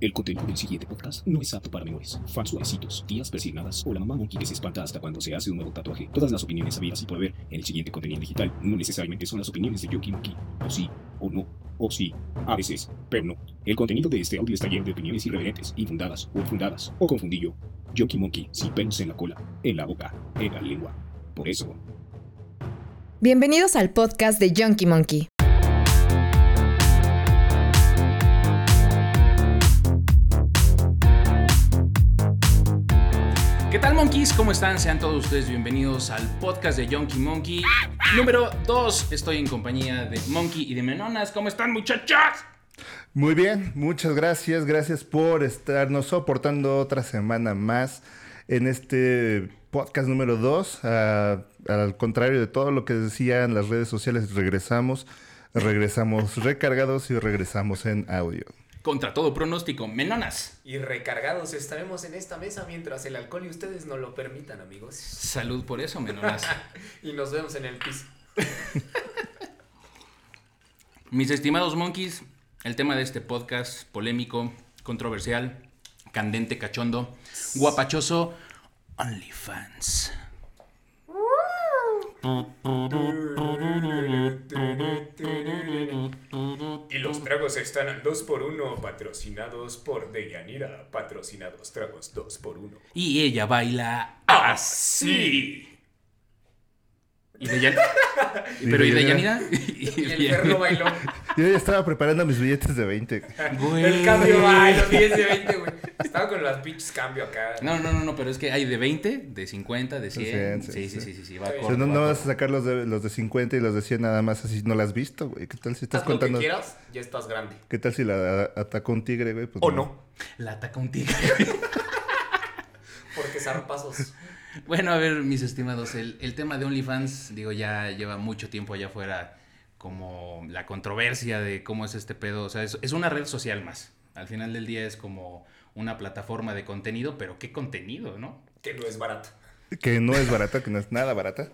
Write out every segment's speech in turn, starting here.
El contenido del siguiente podcast no es apto para menores, fans suavecitos, tías persignadas o la mamá monkey que se espanta hasta cuando se hace un nuevo tatuaje. Todas las opiniones habidas y por haber en el siguiente contenido digital no necesariamente son las opiniones de Yoki Monkey, o sí, o no, o sí, a veces, pero no. El contenido de este audio está lleno de opiniones irreverentes, infundadas o fundadas, o confundillo. Yoki Monkey sin pelos en la cola, en la boca, en la lengua. Por eso, Bienvenidos al podcast de Junkie Monkey. ¿Qué tal, monkeys? ¿Cómo están? Sean todos ustedes bienvenidos al podcast de Yonky Monkey. Número 2. Estoy en compañía de Monkey y de Menonas. ¿Cómo están, muchachas? Muy bien, muchas gracias. Gracias por estarnos soportando otra semana más en este podcast número 2. al contrario de todo lo que decían las redes sociales, regresamos, regresamos recargados y regresamos en audio. Contra todo pronóstico, Menonas. Y recargados estaremos en esta mesa mientras el alcohol y ustedes no lo permitan, amigos. Salud por eso, Menonas. Y nos vemos en el piso. Mis estimados monkeys, el tema de este podcast polémico, controversial, candente, cachondo, guapachoso, OnlyFans. Y los tragos están al 2x1, patrocinados por Deyanira, patrocinados tragos 2x1. Y ella baila Ah, así. ¿Y Deyan- Pero ¿y Deyanira? Y el perro bailó. Yo ya estaba preparando mis billetes de 20. Güey. El cambio, ay, los 10 de 20, güey. Estaba con las pinches cambio acá. No, no, no, no, pero es que hay de 20, de 50, de 100. 100, Sí, sí, sí, sí, sí. sí, sí, va O sea, corto, no, va no vas a corto. sacar los de, los de 50 y los de 100 nada más así. No las has visto, güey. ¿Qué tal si estás Haz lo que contando? quieras, ya estás grande. ¿Qué tal si la atacó un tigre, güey? Pues ¿O no? La ataca un tigre. Porque zarpazos. bueno, a ver, mis estimados, el, el tema de OnlyFans, digo, ya lleva mucho tiempo allá afuera como la controversia de cómo es este pedo. O sea, es, es una red social más. Al final del día es como una plataforma de contenido, pero ¿qué contenido, no? Que no es barato. que no es barata, que no es nada barata.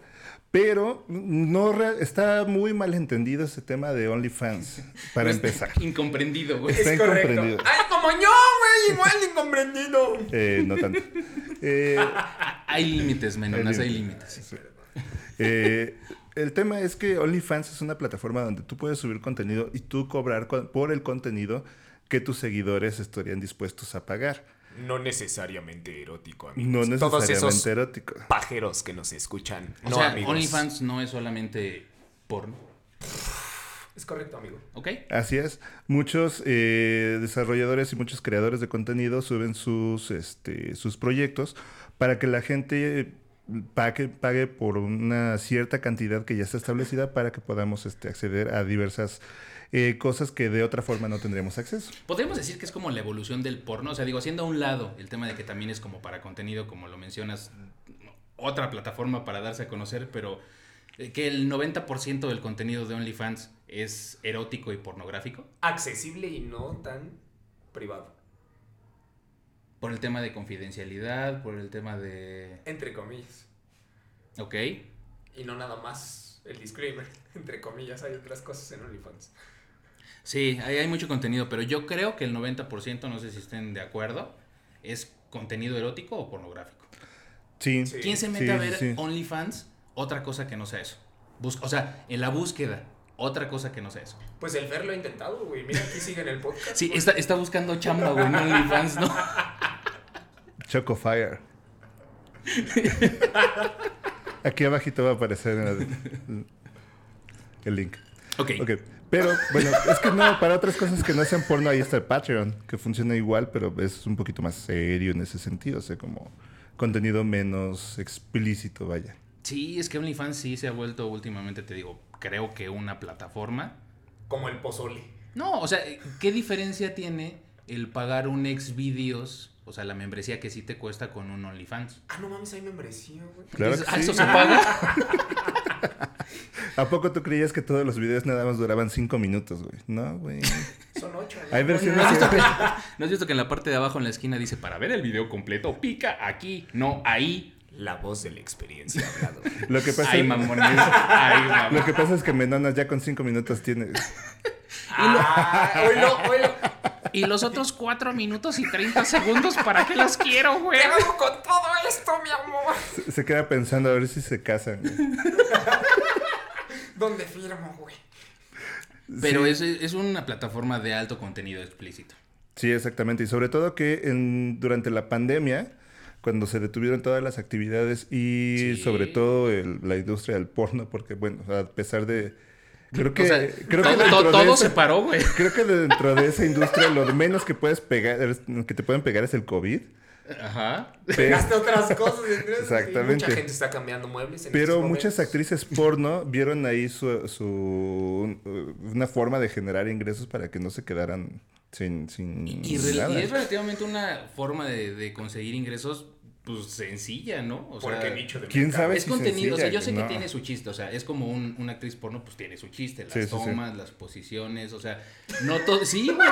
Pero no re- está muy mal entendido ese tema de OnlyFans, para No es- empezar. Incomprendido, güey. Está es correcto. incomprendido. Ay, como yo, güey, igual incomprendido. Eh, no tanto. Eh, Hay límites, menonas, hay Hay límites. eh, el tema es que OnlyFans es una plataforma donde tú puedes subir contenido y tú cobrar con- por el contenido que tus seguidores estarían dispuestos a pagar. No necesariamente erótico, No amigos. Todos esos necesariamente erótico. pajeros que nos escuchan. O no, sea, amigos. OnlyFans no es solamente porno, Es correcto, amigo. ¿ok? Así es. Muchos eh, desarrolladores y muchos creadores de contenido suben sus, este, sus proyectos para que la gente eh, pague, pague por una cierta cantidad que ya está establecida para que podamos este, acceder a diversas eh, cosas que de otra forma no tendríamos acceso. Podríamos decir que es como la evolución del porno, o sea, digo, haciendo a un lado el tema de que también es como para contenido, como lo mencionas, otra plataforma para darse a conocer, pero eh, que el 90% del contenido de OnlyFans es erótico y pornográfico Accesible y no tan privado. por el tema de confidencialidad, por el tema de... Entre comillas. Ok, Y no nada más el disclaimer. Entre comillas, hay otras cosas en OnlyFans. sí, hay, hay mucho contenido, pero yo creo que el 90%, no sé si estén de acuerdo, es contenido erótico o pornográfico. Sí. Sí. ¿Quién se Sí, mete a ver sí. OnlyFans? Otra cosa que no sea eso. Bus- o sea, en la búsqueda, otra cosa que no sea eso. Pues el Fer lo ha intentado, güey. Mira, aquí sigue en el podcast. Sí, güey. está, está buscando chamba, güey, en OnlyFans, ¿no? Choco Fire. Aquí abajito va a aparecer el- el link. Ok. Ok, pero bueno, es que no, para otras cosas que no sean porno, ahí está el Patreon, que funciona igual, pero es un poquito más serio en ese sentido, o sea, como contenido menos explícito, vaya. Sí, es que OnlyFans sí se ha vuelto últimamente, te digo, creo que una plataforma. Como el pozole. No, o sea, ¿qué diferencia tiene el pagar un ex videos, o sea, la membresía que sí te cuesta con un OnlyFans? Ah, no mames, hay membresía, güey. Claro Dices, "Ah, que sí. ¿Eso se paga? ¿A poco tú creías que todos los videos nada más duraban cinco minutos, güey? No, güey. Son ocho. ¿eh? ¿no? Hay ¿No versiones... has, visto que, no has visto que en la parte de abajo en la esquina dice, para ver el video completo, pica aquí, no ahí? La voz de la experiencia hablado. Lo que pasa, Ay, mamones. Ay, mamones. lo que, pasa es que Mendonas ya con cinco minutos tiene. Ah, oilo, oilo. Y los otros 4 minutos y 30 segundos, ¿para qué los quiero, güey? ¿Qué hago con todo esto, mi amor? Se, se queda pensando a ver si se casan. güey. ¿Dónde firmo, güey? Pero es, es una plataforma de alto contenido explícito. Sí, exactamente. Y sobre todo que en, durante la pandemia, cuando se detuvieron todas las actividades y Sí. sobre todo el- la industria del porno, porque bueno, a pesar de... Creo que, o sea, todo, creo que dentro todo- de todo esa- se paró, güey. Creo que dentro de esa industria lo menos que puedes pegar, es- que te pueden pegar es el COVID. Ajá. Pero, Hasta otras cosas. entonces, Exactamente. Mucha gente está cambiando muebles. en pero estos muchas momentos. actrices porno vieron ahí su, su- un- uh, una forma de generar ingresos para que no se quedaran sin, sin Y, rel- nada. y es relativamente una forma de, de conseguir ingresos, pues sencilla, ¿no? O Porque nicho de ¿Quién mercado. sabe? Es si contenido, o sea, sencilla, yo sé no. que tiene su chiste, o sea, es como un, una actriz porno, pues tiene su chiste, las Sí, sí, sí. tomas, las posiciones, o sea, no todo, sí, güey.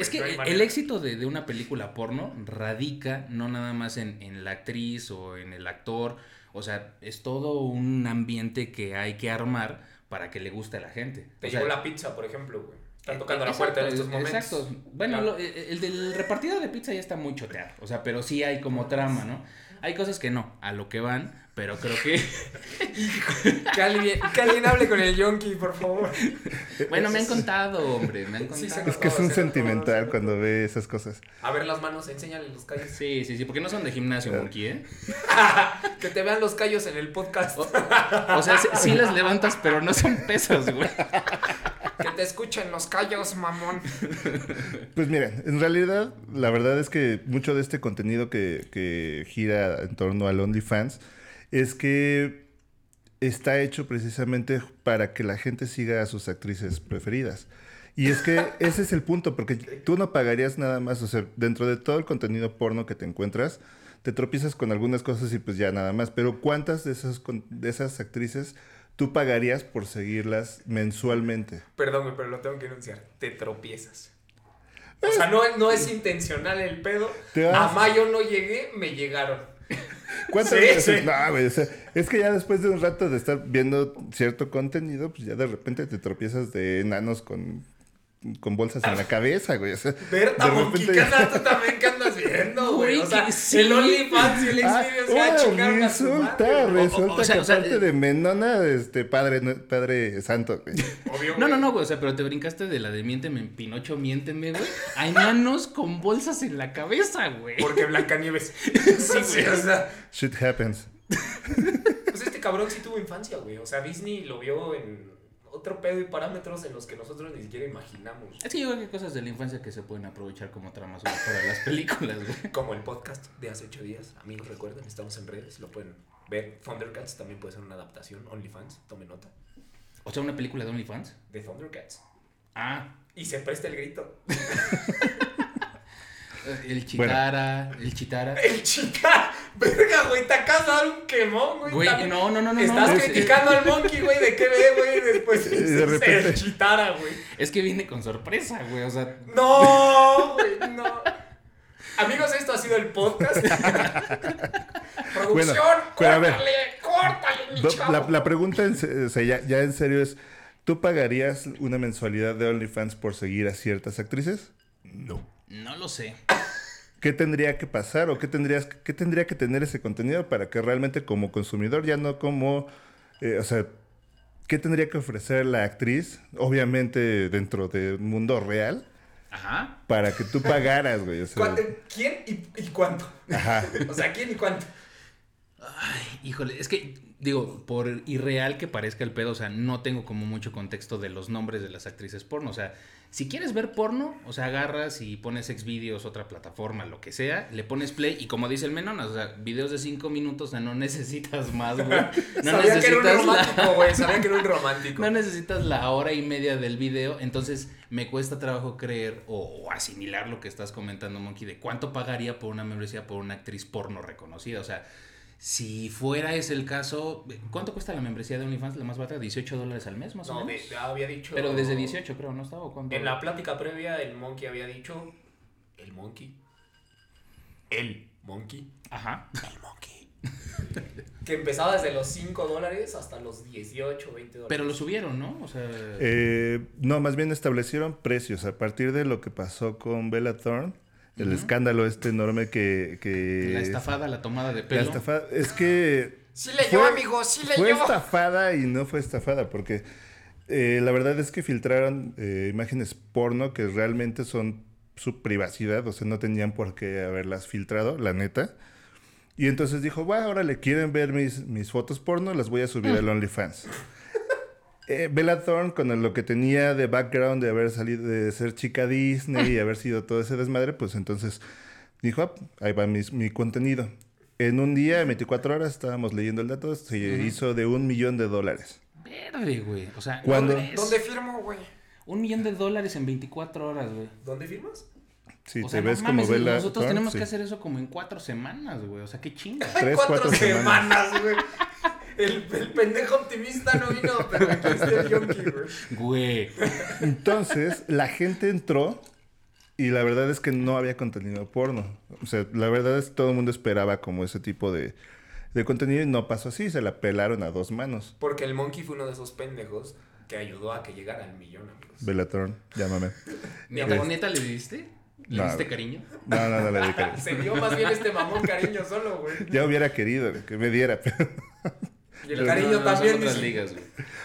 es que no hay el- el manera. éxito de, de una película porno radica no nada más en, en la actriz o en el actor, o sea, es todo un ambiente que hay que armar para que le guste a la gente. Te O sea, e- llegó la pizza, por ejemplo, güey. Están tocando la Exacto, puerta en estos momentos. Exacto. Bueno, lo- Claro. eh, el del repartido de pizza ya está muy choteado. O sea, pero sí hay Pues. como trama, ¿no? Hay cosas que no, a lo que van, pero creo que. Que alguien, que alguien hable con el yonki, por favor. Bueno, me han contado, hombre, me han Sí, contado. Es que es un Todos, todos, sentimental todos. cuando ve esas cosas. A ver las manos, enséñale los callos. Sí, sí, sí, porque no son de gimnasio, Monkey, ¿eh? Que te vean los callos en el podcast. O sea, sí, sí las levantas, pero no son pesas, güey. Que te escuchen los callos, mamón. Pues miren, en realidad, la verdad es que mucho de este contenido que, que gira en torno al OnlyFans es que está hecho precisamente para que la gente siga a sus actrices preferidas. Y es que ese es el punto, porque tú no pagarías nada más, o sea, dentro de todo el contenido porno que te encuentras, te tropiezas con algunas cosas y pues ya nada más, pero ¿cuántas de esas, con- de esas actrices tú pagarías por seguirlas mensualmente? Perdón, güey, pero lo tengo que anunciar. Te tropiezas. O sea, no, no es intencional el pedo. Te vas- A mayo no llegué, me llegaron. ¿Cuántas Sí, veces? sí. No, güey, o sea, es que ya después de un rato de estar viendo cierto contenido, pues ya de repente te tropiezas de enanos con, con bolsas en la cabeza, güey. O sea, Ah. Berta, de Monqui, repente ¿qué ya- andas tú también que andas viendo, güey? Güey, O sea, que sí. el OnlyFans y el Ah, Xvideos ya ahora chingaron a su madre. resulta, güey. resulta o sea, que o sea, aparte eh, de Menona, este, padre, no- padre santo, güey. Obvio, No, no, güey. no, güey, o sea, pero te brincaste de la de miénteme, Pinocho, miénteme, güey. Hay manos con bolsas en la cabeza, güey. Porque Blancanieves. Sí, güey, o sea, Shit happens. pues este cabrón sí tuvo infancia, güey. O sea, Disney lo vio en otro pedo y parámetros en los que nosotros ni siquiera imaginamos. Es que yo creo que hay cosas de la infancia que se pueden aprovechar como tramas güey, para las películas, güey. Como el podcast de hace ocho días. Amigos, recuerden, estamos en redes, lo pueden ver. Thundercats también puede ser una adaptación. OnlyFans, tome nota. O sea, una película de OnlyFans. De Thundercats. Ah, Y se presta el grito. el Chitara, el Chitara. El chica, verga, güey, te acabas de dar un quemón, güey. Güey, también. no, no, no, no. Estás no, es- criticando al monkey, güey, de qué ve, güey, después Y de repente- se chitara, güey. Es, que viene con sorpresa, güey. O sea, No, güey, no. Amigos, esto ha sido el podcast. Producción, pero a ver. córtale, córtale, mi Do- chavo. La, la pregunta, en se- o sea, ya, ya en serio es, ¿tú pagarías una mensualidad de OnlyFans por seguir a ciertas actrices? No. no lo sé. ¿Qué tendría que pasar o qué, tendrías, qué tendría que tener ese contenido para que realmente como consumidor, ya no como, eh, o sea, ¿qué tendría que ofrecer la actriz, obviamente dentro del mundo real, Ajá. para que tú pagaras, güey? O sea, ¿Cuánto- ¿Quién y, y cuánto? ajá. O sea, ¿quién y cuánto? Híjole, es que, digo, por irreal que parezca el pedo, o sea, no tengo como mucho contexto de los nombres de las actrices porno. O sea, si quieres ver porno, o sea, agarras y pones Xvideos, otra plataforma, lo que sea, le pones play y como dice el menón, o sea, videos de 5 minutos, o sea, no necesitas más, güey. No Sabía que era necesitas un la- romántico, güey, sabía que era un romántico. No necesitas la hora y media del video, entonces me cuesta trabajo creer o, o asimilar lo que estás comentando, Monkey, de cuánto pagaría por una membresía por una actriz porno reconocida. O sea, si fuera ese el caso, ¿cuánto cuesta la membresía de OnlyFans? La más barata, 18 dólares al mes, más o No, menos. de- había dicho... Pero desde 18 creo, ¿no estaba? ¿O cuánto? En la plática previa, el monkey había dicho... El monkey. El monkey. Ajá. El monkey. Que empezaba desde los 5 dólares hasta los 18, 20 dólares. Pero lo subieron, ¿no? O sea, Eh, no, más bien establecieron precios a partir de lo que pasó con Bella Thorne, el escándalo este enorme que... que la estafada, la tomada de la pelo. estafa- es que Sí le Fue- dio, amigo, sí le fue dio. estafada y no fue estafada porque eh, la verdad es que filtraron eh, imágenes porno que realmente son su privacidad, o sea, no tenían por qué haberlas filtrado, la neta. Y entonces dijo, va, ahora le quieren ver mis, mis fotos porno, las voy a subir al OnlyFans. Eh, Bella Thorne, con el- lo que tenía de background de haber salido, de ser chica Disney y haber sido todo ese desmadre, pues entonces dijo, "Ah, ahí va mis- mi, contenido. En un día, en 24 horas, estábamos leyendo el dato, se hizo de un millón de dólares. Verde, güey. O sea, ¿Cuándo? ¿no crees? ¿Dónde firmo, güey? Un millón de dólares en 24 horas, güey. ¿Dónde firmas? Si o te sea, no ves mames, como Bella nosotros Thorne, tenemos sí. que hacer eso como en cuatro semanas, güey. O sea, qué chinga. Tres, cuatro cuatro semanas. semanas, güey. El, el pendejo optimista no vino, pero aquí está el yonki, güey. Güey. Entonces, la gente entró y la verdad es que no había contenido porno. O sea, la verdad es que todo el mundo esperaba como ese tipo de, de contenido y no pasó así, se la pelaron a dos manos. Porque el monkey fue uno de esos pendejos que ayudó a que llegara al millón, amigos. Bellatrón, llámame. ¿Mi Pues amor, neta le diste? ¿Le No, diste güey. cariño? No, no, no le di cariño. Se dio más bien este mamón cariño solo, güey. Ya hubiera querido que me diera, pero... Y el cariño No, no, también. Son otras dice. ligas, güey.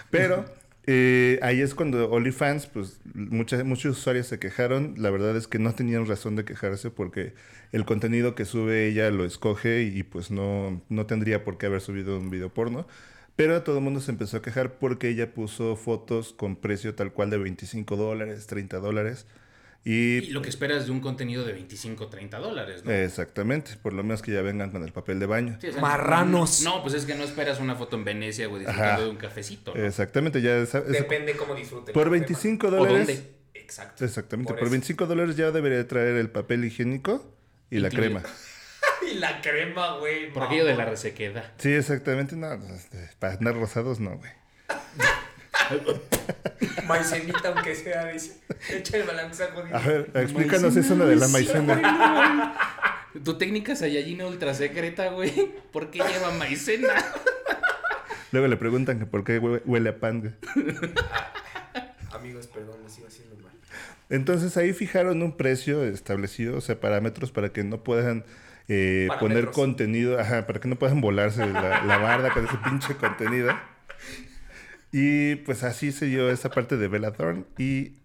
Pero eh, ahí es cuando OnlyFans, pues muchas, muchos usuarios se quejaron. La verdad es que no tenían razón de quejarse porque el contenido que sube ella lo escoge y, pues no, no tendría por qué haber subido un video porno. Pero todo el mundo se empezó a quejar porque ella puso fotos con precio tal cual de 25 dólares, 30 dólares. Y Y, lo que esperas de un contenido de 25, 30 dólares, Eh, ¿no? exactamente, por lo menos que ya vengan con el papel de baño. Sí, o sea, Marranos. No, pues es que no esperas una foto en Venecia, güey, disfrutando Ajá. Eh, de un cafecito. ¿no? Exactamente, ya esa- esa- Depende cómo disfruten. por el 25 ¿O dólares. dónde? tema. Exacto. Exactamente, Por por, eso. 25 dólares ya debería traer el papel higiénico y la Incluido. crema. Y la crema, güey. Por aquello de la mamón. resequedad. Sí, exactamente, no, este, para andar rosados no, güey. Maicenita, aunque sea, dice. Echa el balance A jodido. ver, explícanos eso de la maicena. Tu técnica Saiyajin ultra secreta, güey. ¿Por qué lleva maicena? Luego le preguntan que por qué hue- huele a pan. güey. Amigos, perdón, lo sigo haciendo mal. Entonces ahí fijaron un precio establecido, o sea, parámetros para que no puedan eh, poner Parámetros. contenido, ajá, para que no puedan volarse la, la barda con ese pinche contenido. Y pues así se dio esa parte de Bella Thorne y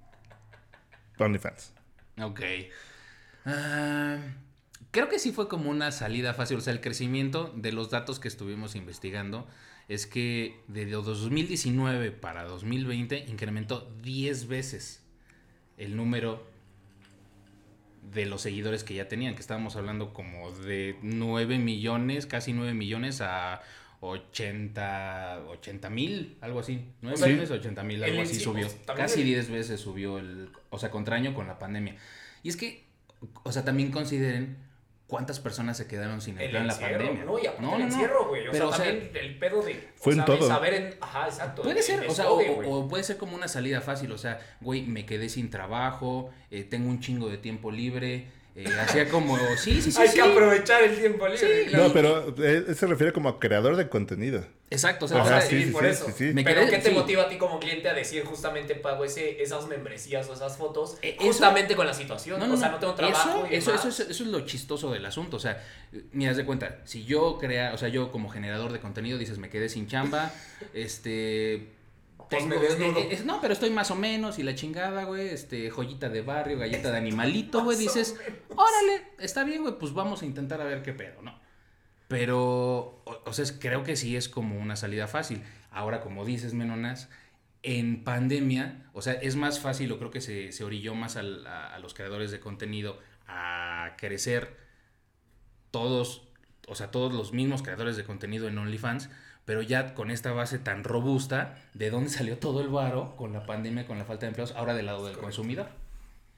OnlyFans. Ok. Ah, creo que sí fue como una salida fácil. O sea, el crecimiento de los datos que estuvimos investigando es que de 2019 para 2020 incrementó 10 veces el número de los seguidores que ya tenían, que estábamos hablando como de 9 millones, casi 9 millones a 80, 80 mil, algo así. 9 Sí. millones a 80 mil, algo El así sí, subió. pues, también Casi el- 10 veces subió el, o sea, contra año con la pandemia. Y es que, o sea, también consideren cuántas personas se quedaron sin El empleo en la encierro, pandemia. No, y aparte el encierro, güey. O Pero, sea, también el pedo de. Fue o en sea, todo. de saber en. Ajá, exacto. Puede el ser, o sea, o, desfogue, güey. o- o puede ser como una salida fácil, o sea, güey, me quedé sin trabajo, eh, tengo un chingo de tiempo libre, eh, hacía como, sí, sí, sí, Hay sí. que aprovechar el tiempo libre. Sí, No, pero e, él, él se refiere como a creador de contenido. Exacto, o sea, O o sea, sea, sí, por eso. Me Pero quedé- ¿qué te sí. motiva a ti como cliente a decir justamente pago ese, esas membresías o esas fotos Eh, eso- justamente con la situación? o sea, no tengo trabajo. Eso, y eso, demás. eso, es, eso es lo chistoso del asunto. O sea, eh, mira, haz de cuenta, si yo crea, o sea, yo como generador de contenido dices, me quedé sin chamba, este. Pues me desnudo. eh, eh, no, pero estoy más o menos y la chingada, güey, este, joyita de barrio, galleta de animalito, güey, dices, órale, está bien, güey, pues vamos a intentar a ver qué pedo, ¿no? Pero, o, o sea, es- creo que sí es como una salida fácil. Ahora, como dices, Menonas, en pandemia, o sea, es más fácil, o creo que se, se orilló más al- a, a los creadores de contenido a crecer todos, o sea, todos los mismos creadores de contenido en OnlyFans, pero ya con esta base tan robusta, ¿de dónde salió todo el varo con la pandemia, con la falta de empleos? Ahora del lado del consumidor.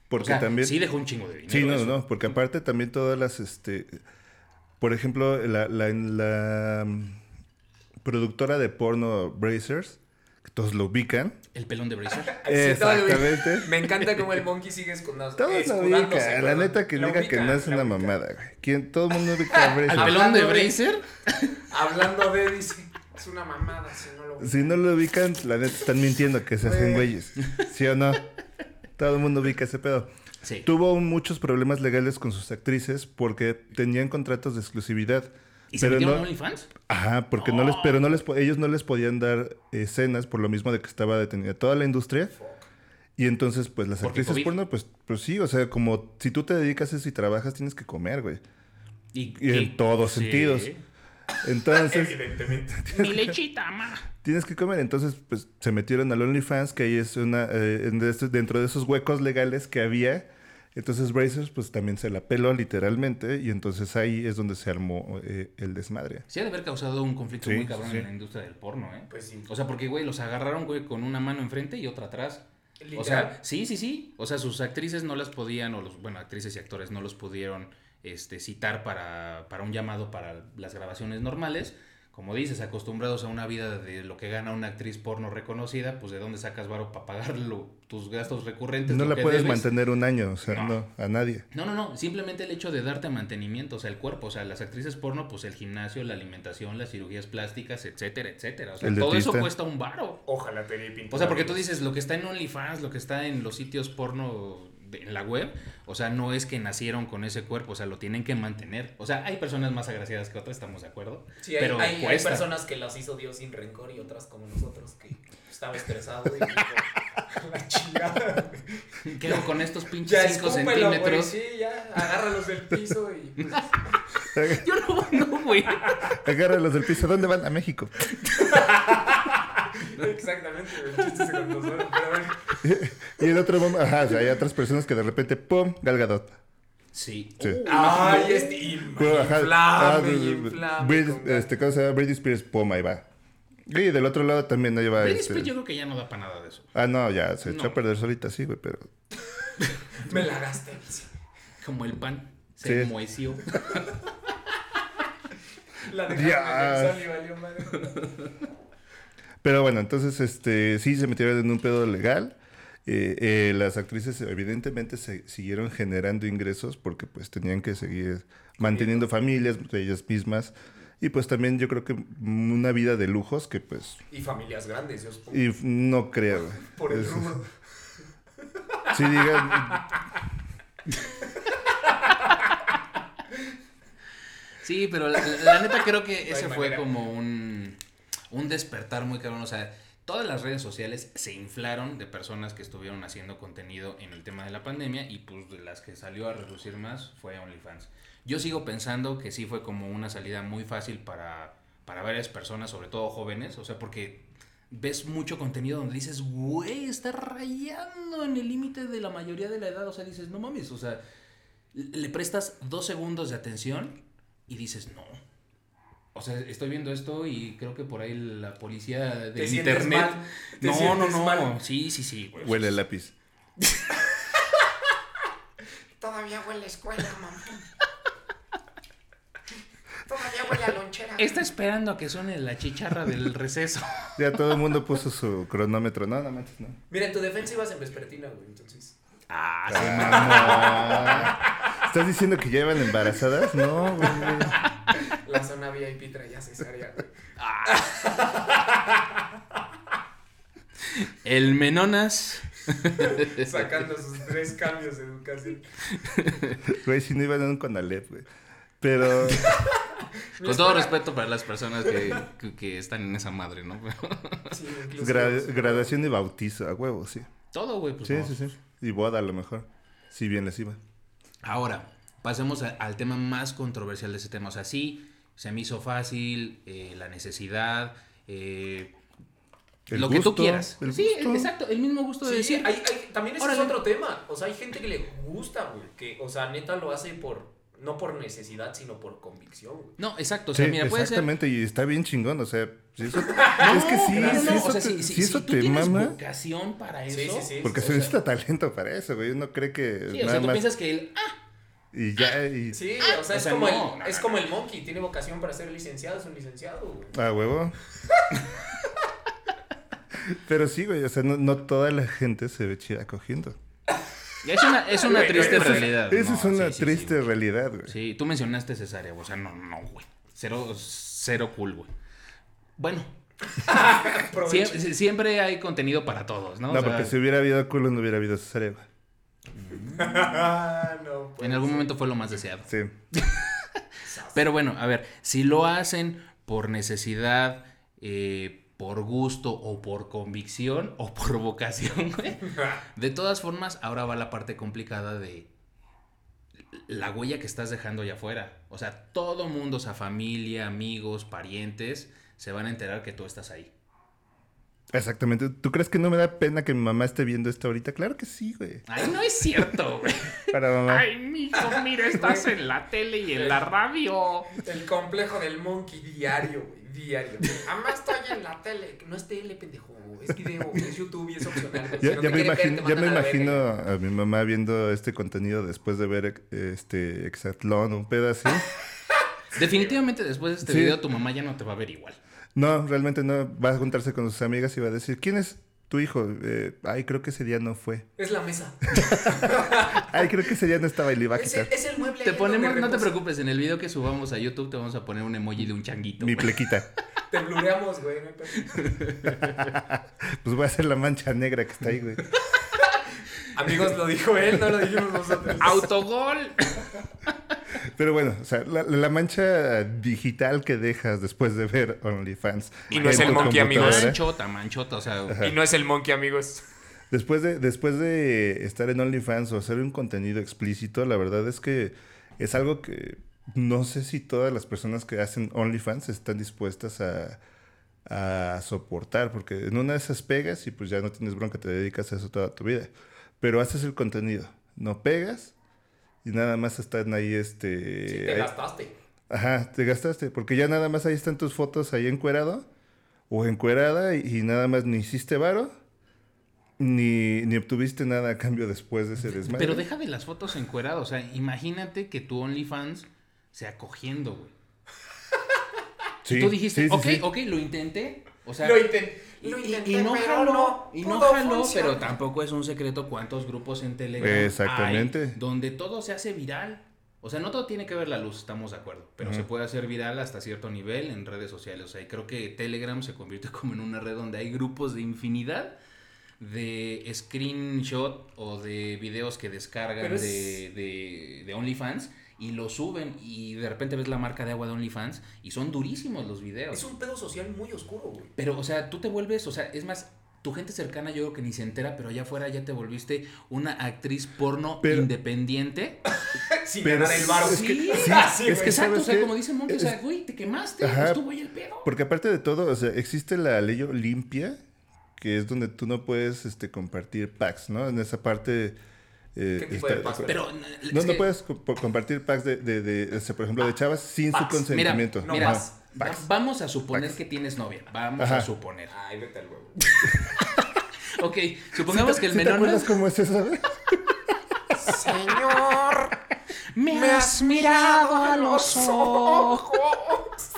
Porque o sea, también. sí dejó un chingo de dinero. Sí, no, eso. no, porque aparte también todas las, este, por ejemplo, la, la- la, mm, productora de porno Brazers, que todos lo ubican. El pelón de Bracer. Sí, todo lo vi. Exactamente. Me encanta como el monkey sigue escondido. Todos lo escudándose, ubican. La perdón. neta que La diga que ubican, no es la una ubican. mamada, güey. Quien- Todo el mundo ubica a Ah, ¿Al Bracer. pelón de Hablando de- Bracer? Hablando de, dice, es una mamada si no lo ubican. Si no lo ubican, la neta están mintiendo que se hacen Güey. güeyes. ¿Sí o no? Todo el mundo ubica ese pedo. Sí. Tuvo muchos problemas legales con sus actrices porque tenían contratos de exclusividad. ¿Y se pero metieron no- en OnlyFans? Ajá, porque no, les, pero no les, po- ellos no les podían dar escenas por lo mismo de que estaba detenida toda la industria. Y entonces, pues las Porque actrices COVID. porno, pues, pues sí, o sea, como si tú te dedicas a eso y trabajas, tienes que comer, güey. Y en todos sentidos. Entonces, Evidentemente. Mi lechita, ma. tienes que comer. Entonces, pues se metieron al OnlyFans, que ahí es una, eh, en de estos- dentro de esos huecos legales que había. Entonces, Brazers, pues también se la peló literalmente. Y entonces ahí es donde se armó eh, el desmadre. Sí ha de haber causado un conflicto Sí, muy cabrón sí. en la industria del porno, ¿eh? Pues sí. O sea, porque, güey, los agarraron, güey, con una mano enfrente y otra atrás. O sea, Literal. sí, sí, sí. O sea, sus actrices no las podían, o los, bueno, actrices y actores no los pudieron este, citar para, para un llamado para las grabaciones normales. Como dices, acostumbrados a una vida de lo que gana una actriz porno reconocida, pues de dónde sacas varo para pagar lo- tus gastos recurrentes. No lo la que puedes debes? mantener un año, o sea, No. no, a nadie. No, no, no. Simplemente el hecho de darte mantenimiento, o sea, el cuerpo, o sea, las actrices porno, pues el gimnasio, la alimentación, las cirugías plásticas, etcétera, etcétera. O sea, El todo eso dentista. cuesta un varo. Ojalá te dé pintura. O sea, porque tú dices, lo que está en OnlyFans, lo que está en los sitios porno de- en la web, o sea, no es que nacieron con ese cuerpo, o sea, lo tienen que mantener. O sea, hay personas más agraciadas que otras, estamos de acuerdo. Sí, hay, pero hay- hay cuesta. personas que las hizo Dios sin rencor y otras como nosotros que estaba estresado y dijo, la chingada. ¿Qué hago con estos Ya pinches 5 escúpelo, güey, centímetros? sí, ya, agárralos del piso y... Yo no, no, güey. Agárralos del piso. ¿Dónde van? A México. pues, Exactamente, el chiste se contó solo, pero bueno. Y el otro momento, ajá, o sea, hay otras personas que de repente, ¡pum! Galgadot. Sí. Uh, Sí. Ay, este, y Pero, ajá, ah, inflame, y inflame. Britney- con- este, ¿cómo se llama? Britney Spears, ¡pum! Ahí va. Y del otro lado también ahí va. Britney este- Spears yo creo que ya no da para nada de eso. Ah, no, ya se echó No. a perder solita, sí, güey, pero. Me la gasté, dice. Como el pan. Se Sí. mueció. La Ya. dejaron en el sol y valió madre. Pero bueno, entonces, este, sí se metieron en un pedo legal. Eh, eh, las actrices evidentemente se siguieron generando ingresos porque pues tenían que seguir manteniendo familias ellas mismas y pues también yo creo que una vida de lujos que pues Y familias grandes, Dios. y f- no creo güey. Por el Es- rumbo. sí digan Sí, pero la, la- la neta creo que ese hay fue manera. como un, un despertar muy cabrón. O sea, todas las redes sociales se inflaron de personas que estuvieron haciendo contenido en el tema de la pandemia y pues de las que salió a reducir más fue OnlyFans. Yo sigo pensando que sí fue como una salida muy fácil para, para varias personas, sobre todo jóvenes. O sea, porque ves mucho contenido donde dices, güey, está rayando en el límite de la mayoría de la edad. O sea, dices, no mames, o sea, le prestas dos segundos de atención y dices, no. O sea, estoy viendo esto y creo que por ahí la policía de Te sientes internet. mal, te No, no, sientes no. mal. Sí, sí, sí. güey. huele el lápiz Todavía huele a escuela, mamá. Todavía huele a lonchera. Está esperando a que suene la chicharra del receso. ya todo el mundo puso su cronómetro no no manches no Mira, en tu defensa ibas en vespertina, güey, entonces. Ah, Ah, no. estás diciendo que ya iban embarazadas no güey La zona VIP traía cesárea, güey. El Menonas. Sacando sus tres cambios de educación. Güey, si no iban a un Conalep güey pero Con todo respeto para las personas que, que- que están en esa madre, ¿no? Sí, incluso- Gra- gradación y bautizo, a huevo, sí. Todo, güey, pues Sí, no. sí, sí. Y boda a lo mejor. Si bien les iba. Ahora, pasemos a- al tema más controversial de ese tema. O sea, sí, se me hizo fácil, eh, la necesidad, eh, El lo que tú gusto, quieras. el sí, gusto. exacto, el mismo gusto de Sí, decir. hay- hay- también ese Órale. es otro tema. O sea, hay gente que le gusta, güey. Que, o sea, neta lo hace por. No por necesidad, sino por convicción, güey. No, exacto, o sea, Sí, mira, puede ser. exactamente, y está bien chingón, o sea, si eso, No, es que sí, no, no, si no, eso o sea, te, si- si- si eso si tú te tienes mama, vocación para eso. Sí, sí, sí. porque o se sea, necesita talento para eso, güey, uno cree que Sí, o nada sea, tú más piensas que el ah, y ya, y Sí, o sea, o es, sea, como, no, el, no, no, es como el monkey. Tiene vocación para ser licenciado, es un licenciado, güey. a huevo. Pero sí, güey, o sea, no, no toda la gente se ve chida cogiendo. Es una, es una triste Esa es- realidad. Esa No, es una sí, sí, triste sí. realidad, güey. Sí, tú mencionaste cesárea, güey, o sea, no, no, güey. Cero, cero cool, güey. Bueno, sie- Aprovecha. siempre, hay contenido para todos, ¿no? No, O sea, porque si hubiera habido culo, no hubiera habido cesárea, güey. Ah, no, pues. En algún momento fue lo más deseado. Sí. Pero bueno, a ver, si lo hacen por necesidad, eh, por gusto o por convicción o por vocación, güey. De todas formas, ahora va la parte complicada de la huella que estás dejando allá afuera. O sea, todo mundo, o sea, familia, amigos, parientes, se van a enterar que tú estás ahí. Exactamente. ¿Tú crees que no me da pena que mi mamá esté viendo esto ahorita? Claro que sí, güey. Ay, no es cierto, güey. Para Ah. mamá. Ay, mijo, mira, estás en la tele y en la radio. El complejo del monkey diario, güey. Diario. Mamá, estoy en la tele. No es tele, pendejo. Es video, es YouTube y es opcional. güey. Si Ya, no ya me te quieren ver, imagino, te ya me mandan a la imagino verga. a mi mamá viendo este contenido después de ver eh, este Exatlón, un pedo así. Definitivamente después de este Sí. video tu mamá ya no te va a ver igual. No, realmente no. Va a juntarse con sus amigas y va a decir, ¿quién es tu hijo? Eh, ay, creo que ese día no fue. Es la mesa. Ay, creo que ese día no estaba y le iba a Es el, quitar es el mueble. Te ahí ponemos, donde no te reposa. preocupes, en el video que subamos a YouTube te vamos a poner un emoji de un changuito. mi güey. plequita. Te blureamos, güey. no hay pedo. Pues voy a hacer la mancha negra que está ahí, güey. Amigos, lo dijo él, no lo dijimos nosotros. Ah, Autogol. Pero bueno, o sea, la, la mancha digital que dejas después de ver OnlyFans. Y no es en el tu monkey, amigos. computadora. Manchota, manchota, o sea, Y no es el monkey, amigos. Después de, después de estar en OnlyFans o hacer un contenido explícito, la verdad es que es algo que no sé si todas las personas que hacen OnlyFans están dispuestas a, a soportar, porque en una de esas pegas y pues ya no tienes bronca, te dedicas a eso toda tu vida. Pero haces el contenido, no pegas y nada más están ahí este... Sí, te ahí- gastaste. Ajá, te gastaste, porque ya nada más ahí están tus fotos ahí encuerado o encuerada y, y nada más ni hiciste varo ni, ni obtuviste nada a cambio después de ese desmadre. pero deja de las fotos encueradas, o sea, imagínate que tu OnlyFans sea cogiendo, güey. Sí, Tú dijiste, sí, sí, ok, sí. ok, lo intenté, o sea... Lo intenté. y- Lo y- intenté, y no pero jaló, no y no pudo jaló, funcionar. pero tampoco es un secreto cuántos grupos en Telegram hay Exactamente. donde todo se hace viral. O sea, no todo tiene que ver la luz, estamos de acuerdo, pero se puede hacer viral hasta cierto nivel en redes sociales. O sea, y creo que Telegram se convierte como en una red donde hay grupos de infinidad de screenshot o de videos que descargan Pero es- de, de- de OnlyFans y lo suben y de repente ves la marca de agua de OnlyFans y son durísimos los videos. Es un pedo social muy oscuro, güey. Pero, o sea, tú te vuelves, o sea, es más, tu gente cercana yo creo que ni se entera, pero allá afuera ya te volviste una actriz porno Pero- independiente. Sin Pero ganar el varo. es que- Sí, sí, así, es güey. que- Exacto, ¿sabes o sea, qué? como dice Monty, o sea, Es- güey, te quemaste, Ajá. estuvo ahí el pedo. Porque aparte de todo, o sea, existe la ley Olimpia, que es donde tú no puedes este, compartir packs, ¿no? En esa parte... eh, ¿Qué tipo de packs? Pero, No, es no que- puedes co- po- compartir packs de, de- de, o sea, por ejemplo, de chavas sin su Ah, packs. Mira, consentimiento. no, mira, vas, va- packs. vamos a suponer que tienes novia, vamos a Ajá. suponer. Ay, vete al huevo. Ok, supongamos que el ¿Sí ¿Te menor... no- acuerdas cómo es eso? Señor, Me has mirado a los ojos.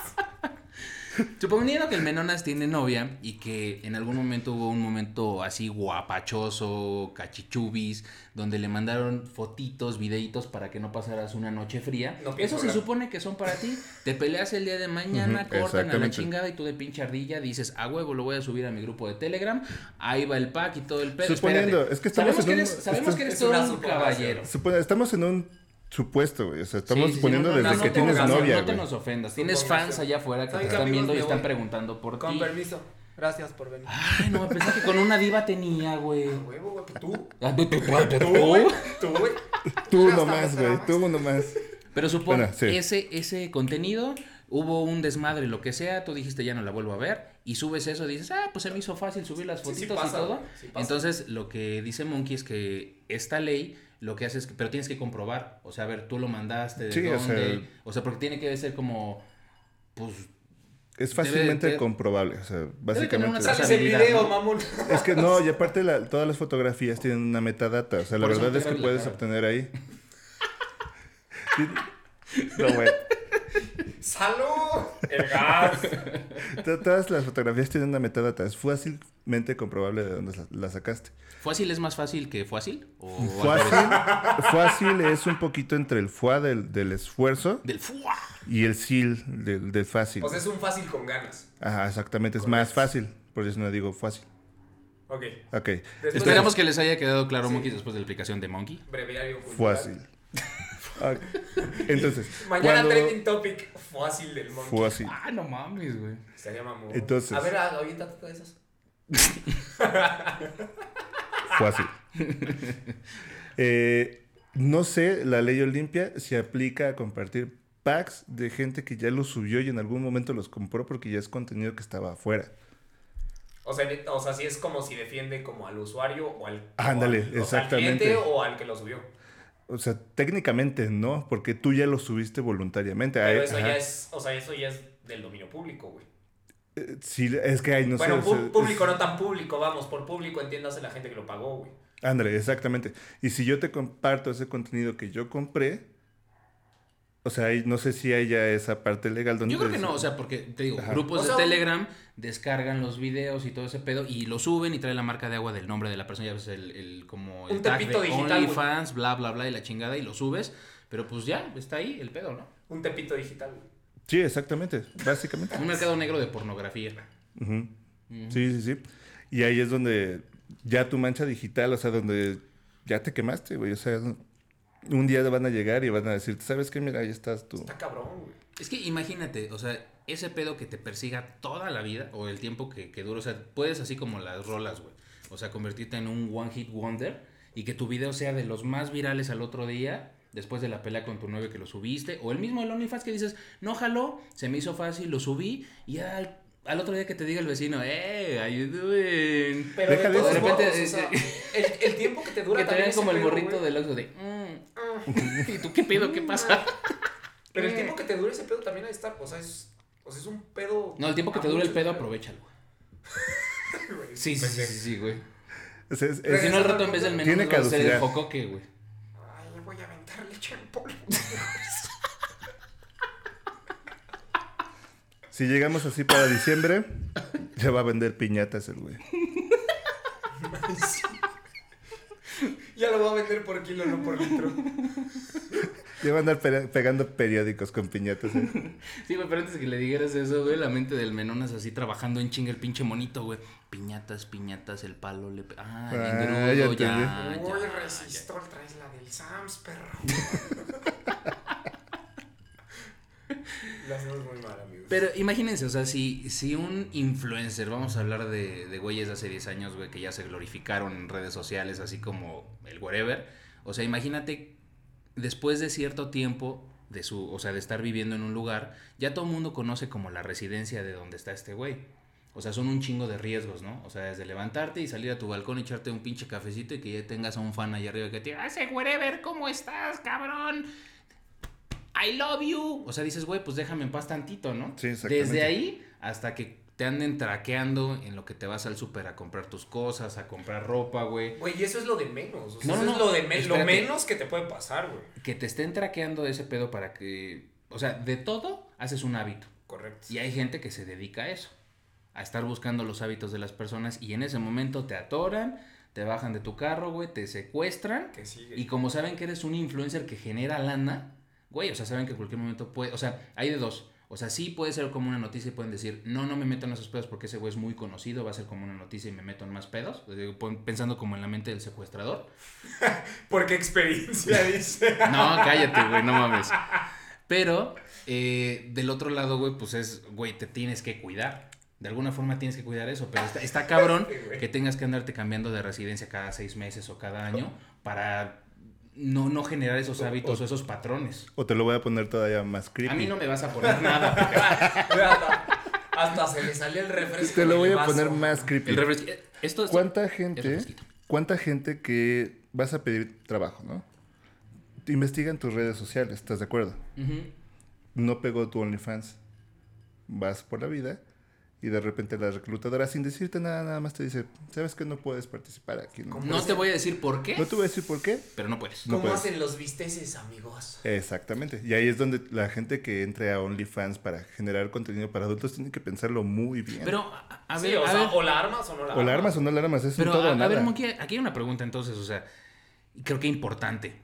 Suponiendo que el Menonas tiene novia y que en algún momento hubo un momento así guapachoso, cachichubis, donde le mandaron fotitos, videitos para que no pasaras una noche fría. No pienso Eso se hablar. supone que son para ti. Te peleas el día de mañana, Ujú, cortan a la exactamente. chingada y tú de pinche ardilla dices, a huevo, lo voy a subir a mi grupo de Telegram. Ahí va el pack y todo el pedo. Suponiendo, Espérate. es que estamos sabemos en que un- eres, sabemos que eres Es una todo un suposición. caballero. Supone- estamos en un supuesto, güey. O sea, estamos Sí, sí, sí, poniendo no, no, desde no, que no te tienes hagas- novia, No te güey. nos ofendas. Tienes Supongo fans que- allá afuera que te Ay, están amigos, viendo y me están voy. preguntando por Con ti. permiso. Gracias por venir. Ay, no, pensé que con una diva tenía, Ah, güey. A huevo, güey. pues Tú, Ah, tú, tú, tú, tú, tú. güey. Tú, güey. Tú Hasta nomás, me güey. trabas. Tú nomás. Pero supone, Bueno, sí. ese, ese contenido, hubo un desmadre, lo que sea, tú dijiste ya no la vuelvo a ver, y subes eso, dices, ah, pues se me hizo fácil subir las Sí, fotitos sí pasa, y todo. güey, sí pasa. Entonces, lo que dice Monkey es que esta ley lo que hace es que, pero tienes que comprobar, o sea, a ver, tú lo mandaste, de Sí, o sea, dónde, o sea, porque tiene que ser como, pues, Es fácilmente Debe- debe- comprobable. O sea, tener una básicamente. tasa Sales el habilidad, video, ¿no? mamón. Es que no, y aparte la- todas las fotografías tienen una metadata. O sea, la Por eso no verdad te es que ven la puedes cara. obtener ahí. Sí. No, güey. ¡Salud! El gas. To- Todas las fotografías tienen una metadata. Es fácilmente comprobable de dónde la- la sacaste. ¿Fácil es más fácil que fácil? ¿O al Fácil, revés? fácil es un poquito entre el fuá del, del esfuerzo Del fuá. y el sil del, del fácil. O sea, es un fácil con ganas. Ajá, exactamente. Es más fácil. Por eso no digo fácil. Ok. Ok. Después de Esperamos que les haya quedado claro, Monkeys, después de la explicación de Monkey. breviario cultural. Fácil. Ok. Entonces, Mañana cuando- trending topic fácil del monkey. fácil. Ah, no mames, güey. Estaría mamón. Entonces. A ver, ah, aviéntate todas esas. Fácil. Eh, no sé, la ley Olimpia se aplica a compartir packs de gente que ya los subió y en algún momento los compró porque ya es contenido que estaba afuera. O sea, ne- o sea, sí es como si defiende como al usuario o al, Ándale, o al- o sea, al exactamente. cliente o al que lo subió. O sea, técnicamente no, porque tú ya los subiste voluntariamente. Pero Ay, eso ajá. ya es, o sea, eso ya es del dominio público, güey. Eh, Sí, es que ahí no bueno, sé. o pu- sea, público es- no tan público, vamos, por público entiéndase la gente que lo pagó, güey. Ándale, exactamente. Y si yo te comparto ese contenido que yo compré, o sea, ahí no sé si hay ya esa parte legal donde... Yo creo que dice- no, o sea, porque te digo, Ajá. grupos O sea, de Telegram descargan los videos y todo ese pedo y lo suben y trae la marca de agua del nombre de la persona, ya ves el, el- como el Un tepito digital, güey. OnlyFans, bla bla bla y la chingada y lo subes, pero pues ya, está ahí el pedo, ¿no? Un tepito digital, güey. Sí, exactamente, básicamente. Un mercado negro de pornografía. Ujú. Sí, sí, sí. Y ahí es donde ya tu mancha digital, o sea, donde ya te quemaste, güey. O sea, un día van a llegar y van a decirte, ¿sabes qué? Mira, ahí estás tú. Está cabrón, güey. Es que imagínate, o sea, ese pedo que te persiga toda la vida o el tiempo que, que dure, o sea, puedes así como las rolas, güey. O sea, convertirte en un one hit wonder y que tu video sea de los más virales al otro día, después de la pelea con tu novio que lo subiste, o el mismo el OnlyFans que dices, no jaló, se me hizo fácil, lo subí, y ya al, al otro día que te diga el vecino, "Eh, hey, how you doing? Pero Deja de de todos eso. De repente, modos, o sea, el, el tiempo que te dura que te también vean ese como el pedo, morrito güey. del oso de, "Mm". ¿y tú qué pedo, qué pasa? Pero Eh. el tiempo que te dura ese pedo también ahí está, o sea, es, o sea, es un pedo. No, el tiempo que te dura el pedo, aprovecha. aprovechalo. güey. Sí, sí, sí, sí, sí, güey. O sea, es- es- Si no, al rato en vez del menú Tiene nos va a hacer el caducidad. jocoque, güey. Ay, le voy a aventar leche en polvo. Si llegamos así para diciembre, ya va a vender piñatas el güey. Ya lo voy a vender por kilo, no por litro. Ya va a andar pe- pegando periódicos con piñatas. ¿eh? güey. Sí, güey, pero antes que le dijeras eso, güey, la mente del menón es así trabajando en chinga el pinche monito, güey. Piñatas, piñatas, el palo le... pe- Ah, el Ah, engrudo, ya ya, entendí. Ah, ya, Uy, ya. resistol, traes la del Sams, perro. La hacemos muy mal, amigos. Pero imagínense, o sea, si, si un influencer, vamos a hablar de, de güeyes de hace 10 años, güey, que ya se glorificaron en redes sociales, así como el wherever. O sea, imagínate, después de cierto tiempo de su, o sea, de estar viviendo en un lugar, ya todo el mundo conoce como la residencia de donde está este güey. O sea, son un chingo de riesgos, ¿no? O sea, desde levantarte y salir a tu balcón y echarte un pinche cafecito y que ya tengas a un fan allá arriba que te diga, ¡Hace wherever! ¿Cómo estás, cabrón? I love you. O sea, dices, güey, pues déjame en paz tantito, ¿no? Sí, exactamente. Desde ahí hasta que te anden traqueando en lo que te vas al súper a comprar tus cosas, a comprar ropa, güey. Güey, y eso es lo de menos. O sea, No, eso no, es no, lo, de me- lo espérate. menos que te puede pasar, güey. Que te estén traqueando ese pedo para que. O sea, de todo haces un hábito. Correcto. Y hay gente que se dedica a eso, a estar buscando los hábitos de las personas y en ese momento te atoran, te bajan de tu carro, güey, te secuestran Que sigue. y como saben que eres un influencer que genera lana, güey, o sea, saben que en cualquier momento puede, o sea, hay de dos. O sea, sí puede ser como una noticia y pueden decir, no, no me meto en esos pedos porque ese güey es muy conocido, va a ser como una noticia y me meto en más pedos, o sea, pon- pensando como en la mente del secuestrador. Porque experiencia dice. No, cállate, güey, no mames. Pero eh, del otro lado, güey, pues es, güey, te tienes que cuidar. De alguna forma tienes que cuidar eso, pero está, está cabrón Sí, güey. que tengas que andarte cambiando de residencia cada seis meses o cada año Oh. para no, no generar esos hábitos o esos patrones. O te lo voy a poner todavía más creepy. A mí no me vas a poner nada. hasta, hasta se le salió el refresco. Te lo del voy a vaso. poner más creepy. El refres- eh, Esto es... ¿Cuánta es gente, refresquito. cuánta gente que vas a pedir trabajo, no? Te investigan tus redes sociales, ¿estás de acuerdo? Ujú. No pegó tu OnlyFans. Vas por la vida Y de repente la reclutadora, sin decirte nada, nada más te dice, ¿sabes que no puedes participar aquí? No, No te voy a decir por qué, No te voy a decir por qué. pero no puedes. No ¿Cómo puedes. hacen los visteces, amigos? Exactamente. Y ahí es donde la gente que entre a OnlyFans para generar contenido para adultos tiene que pensarlo muy bien. Pero, a, a Sí, ver, o, a sea, ver. o la armas o no la o la armas o no la armas, es un Pero, todo o a, a nada. ver, Monkey, aquí hay una pregunta entonces, o sea, y creo que importante.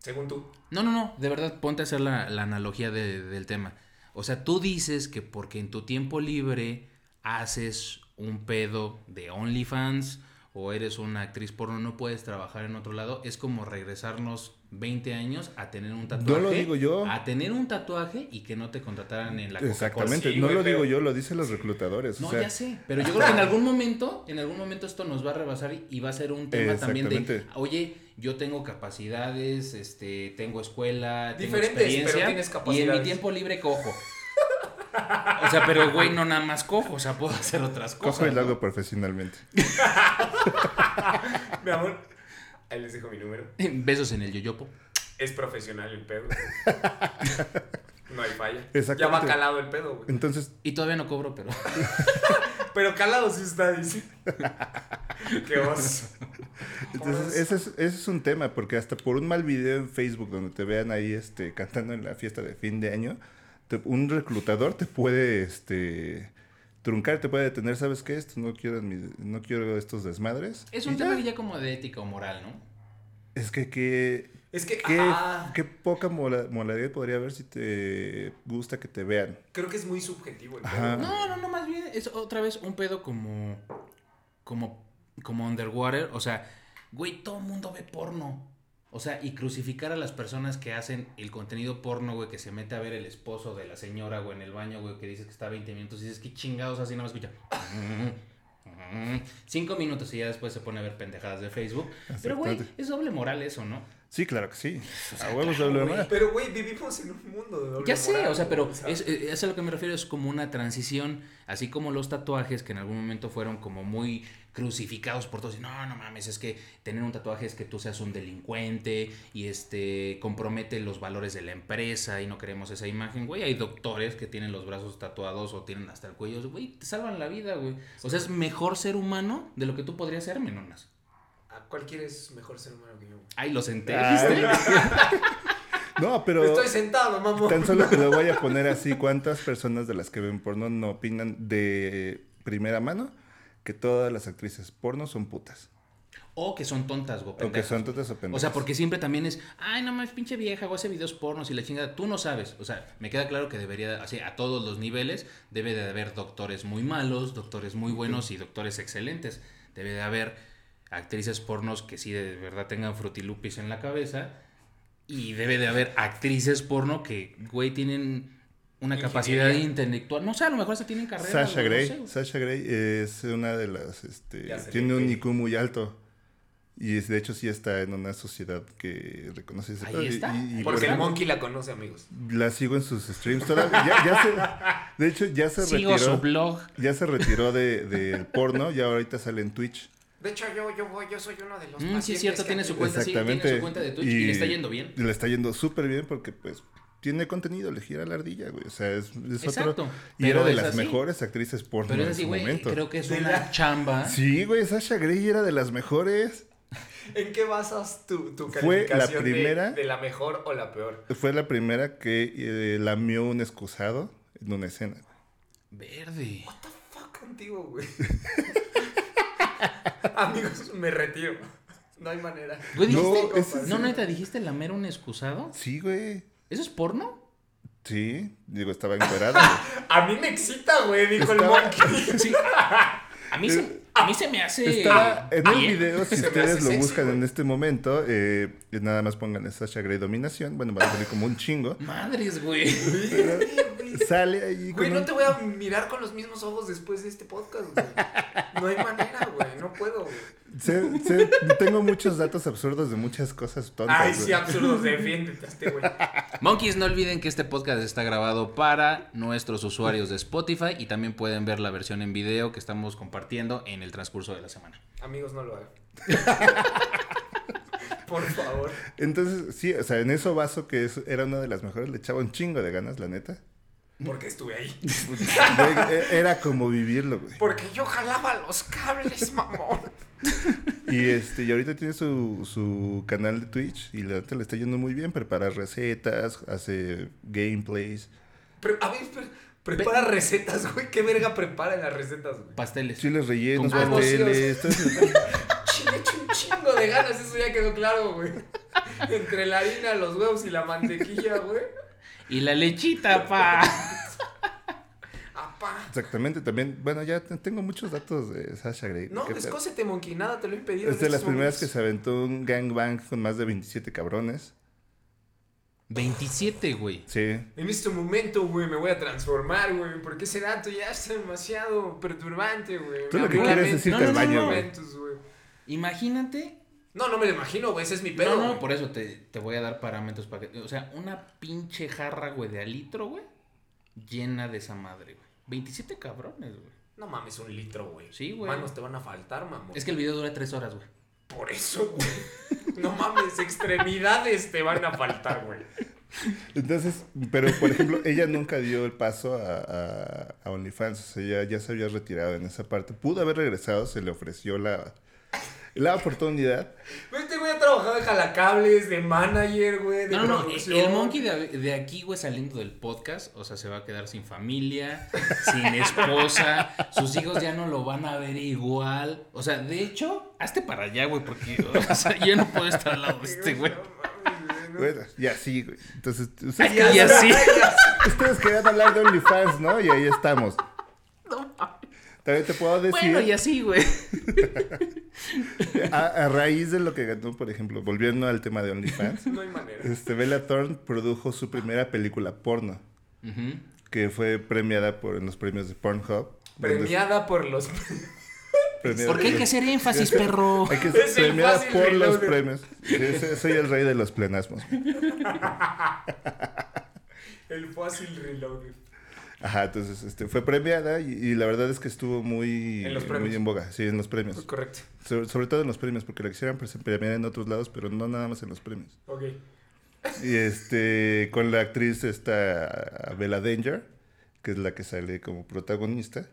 Según tú. No, no, no, de verdad, ponte a hacer la, la analogía de- del tema. O sea, tú dices que porque en tu tiempo libre haces un pedo de OnlyFans o eres una actriz porno, no puedes trabajar en otro lado, es como regresarnos 20 años a tener un tatuaje. lo digo yo. A tener un tatuaje y que no te contrataran en la Coca-Cola. Exactamente. Sí, no güey, lo digo pero- yo, lo dicen los reclutadores. o No, sea, ya sé. Pero yo creo que en algún momento, en algún momento esto nos va a rebasar y, y va a ser un tema también de, Exactamente. oye, yo tengo capacidades, este, tengo escuela, tengo Diferentes, pero experiencia tienes y en mi capacidades. tiempo libre cojo. O sea, pero güey, no nada más cojo, o sea, puedo hacer otras cosas. Cojo el ¿no? lago profesionalmente. Mi amor, ahí les dejo mi número. Besos en el yoyopo. Es profesional el pedo. No hay falla. Exactamente. Ya va calado el pedo, güey. Entonces, Y todavía no cobro, pero Pero calado sí está, dice. Qué oso. entonces ese, es, ese es un tema, porque hasta por un mal video en Facebook donde te vean ahí este, cantando en la fiesta de fin de año, te- un reclutador te puede este, truncar, te puede detener, ¿sabes qué? Esto no quiero, en mi- no quiero estos desmadres. es Y un ya. tema ya como de ética o moral, ¿no? Es que qué, Es que qué, ajá, qué poca mola- moralidad podría haber si te gusta que te vean. creo que es muy subjetivo el pedo. Ajá. No, no, no, más bien es otra vez un pedo como como como underwater, o sea, güey, todo el mundo ve porno. O sea, y crucificar a las personas que hacen el contenido porno, güey, que se mete a ver el esposo de la señora, güey, en el baño, güey, que dices que está 20 minutos y dices, qué chingados así, nada más escucha. Cinco minutos y ya después se pone a ver pendejadas de Facebook. Pero, güey, Exactamente. es doble moral eso, ¿no? Sí, claro que sí. A huevos doble güey. moral. Pero, güey, vivimos en un mundo de doble Ya sé, moral, o sea, pero sea, es, eh, es a lo que me refiero, es como una transición, así como los tatuajes que en algún momento fueron como muy crucificados por todos, y no, no mames, es que tener un tatuaje es que tú seas un delincuente y este compromete los valores de la empresa y no queremos esa imagen, güey, hay doctores que tienen los brazos tatuados o tienen hasta el cuello, güey, te salvan la vida, güey. O sea, es mejor ser humano de lo que tú podrías ser, menonas. ¿A cuál quieres mejor ser humano que yo? güey? Ay, lo senté. No, pero... Estoy sentado, mamón. Tan solo te lo voy a poner así. ¿Cuántas personas de las que ven porno no opinan de primera mano que todas las actrices porno son putas? O que son tontas, güey. O que pendejas. son todas O pendejas. sea, porque siempre también es, ay, no mames, pinche vieja, o hace videos pornos y la chingada. Tú no sabes. O sea, me queda claro que debería, así, a todos los niveles, debe de haber doctores muy malos, doctores muy buenos y doctores excelentes. Debe de haber actrices pornos que sí de verdad tengan frutilupis en la cabeza. Y debe de haber actrices porno que, güey, tienen una capacidad intelectual. No sé, a lo mejor se tienen carrera. Sasha güey, no Grey. sé, güey. Sasha Grey es una de las. Este, Ya se tiene le un ve. IQ muy alto. Y es- de hecho sí está en una sociedad que reconoce ese Ahí pedo, y- está. y- y Porque por- el monkey la conoce, amigos. La sigo en sus streams. Todavía, ya, ya se- de hecho, ya se Sigo su retiró. blog. Ya se retiró de- del porno y ahorita sale en Twitch. De hecho, yo, yo voy, yo soy uno de los Mm, sí, es pacientes cierto, que tiene su acude. cuenta, sí, tiene su cuenta de Twitch y le está yendo bien. y le está yendo súper bien porque, pues, tiene contenido, le gira la ardilla, güey. O sea, es, es Exacto, otro. Y pero era de es las así. mejores actrices porno Pero es en así, su güey, momento. creo que es una chamba. Sí, güey, Sasha Grey era de las mejores. ¿En qué basas tu, tu Fue la calificación de- primera- de la mejor o la peor? Fue la primera que eh, lamió un excusado en una escena. Verde. Fuck contigo, güey. Amigos, me retiro. No hay manera. Güey, No, dijiste- ese no, es- neta, dijiste lamer un excusado. Sí, güey. ¿Eso es porno? Sí, digo, estaba encuerada. güey. A mí me excita, güey, dijo el Estaba- monkey. Sí. A mí se, a mí se me hace. Estaba en el bien. video, si Se me ustedes hace lo sexy, buscan güey. en este momento, eh, nada más pongan Sasha Grey Dominación, bueno, va a salir como un chingo. Madres, güey. Pero sale ahí Güey, con no un- te voy a mirar con los mismos ojos después de este podcast, güey. No hay manera, güey. No puedo, güey. Sé- sé- tengo muchos datos absurdos de muchas cosas tontas. Ay, sí, güey. absurdos, defiéndete a este, güey. Monkeys, no olviden que este podcast está grabado para nuestros usuarios de Spotify y también pueden ver la versión en video que estamos compartiendo en el transcurso de la semana. Amigos, no lo hagan. Por favor. Entonces, sí, o sea, en eso vaso que es- era una de las mejores, le echaba un chingo de ganas, la neta. Porque estuve ahí. Güey, e- Era como vivirlo, güey. Porque yo jalaba los cables, mamón. Y este, y ahorita tiene su, su canal de Twitch y la neta le está yendo muy bien, prepara recetas, hace gameplays. Pre- a ver, pre- prepara recetas, güey. ¿Qué verga prepara en las recetas, güey? Pasteles. Chiles rellenos, Con huevos. pasteles, todo eso. Chingo, echo un chingo de ganas, eso ya quedó claro, güey. Entre la harina, los huevos y la mantequilla, güey. Y la lechita, pa. Apá. Exactamente, también, bueno, ya te- tengo muchos datos de Sasha Grey. No, qué pedo. descósete, monkey. Nada, te lo he impedido. Es de las primeras que se aventó un gangbang con más de 27 cabrones. 27, güey. Sí. En este momento, güey, me voy a transformar, güey. Porque ese dato ya está demasiado perturbante, güey. Tú lo Me que abrió quieres la es mente. irte No, al no, no, baño, no. güey. momentos, güey. Imagínate. No, no me lo imagino, güey. Ese es mi pedo. no, güey. no, por eso te, te voy a dar parámetros para que. O sea, una pinche jarra, güey, de alitro, güey. Llena de esa madre, güey. 27 cabrones, güey. No mames, un litro, güey. Sí, güey. Manos te van a faltar, mamón. Es que el video dura 3 horas, güey. Por eso, güey. No mames, extremidades te van a faltar, güey. Entonces, pero por ejemplo, ella nunca dio el paso a, a- a OnlyFans, o sea, ella ya se había retirado en esa parte. Pudo haber regresado, se le ofreció la, la oportunidad. Pero Este güey ha trabajado de jalacables, de manager, güey, de No, no, no, producción. el monkey de, de aquí, güey, saliendo del podcast, o sea, se va a quedar sin familia, sin esposa, sus hijos ya no lo van a ver igual. O sea, de hecho, hazte para allá, güey, porque o sea, yo no puedo estar al lado de este, güey. Bueno, y así, güey. Entonces, ustedes, Y así. ustedes querían hablar de OnlyFans, ¿no? Y ahí estamos. También te puedo decir, Bueno, y así, güey. a, a raíz de lo que ganó, por ejemplo, volviendo al tema de OnlyFans, No hay manera. este, Bella Thorne produjo su primera película porno, Ujú. que fue premiada por, en los premios de Pornhub. donde- Premiada por los. premiada ¿Por qué hay por- que hacer énfasis, perro? Hay que Es ser el premiada fácil por los reload. premios. Yo soy- soy el rey de los plenasmos. El fácil reloaded. Ajá, entonces este, fue premiada y, y la verdad es que estuvo muy En los muy premios. en boga. Sí, en los premios. Correcto. So- sobre todo en los premios, porque la quisieran pre- premiar en otros lados, pero no nada más en los premios. Ok. Y este, con la actriz esta Bella Danger, que es la que sale como protagonista.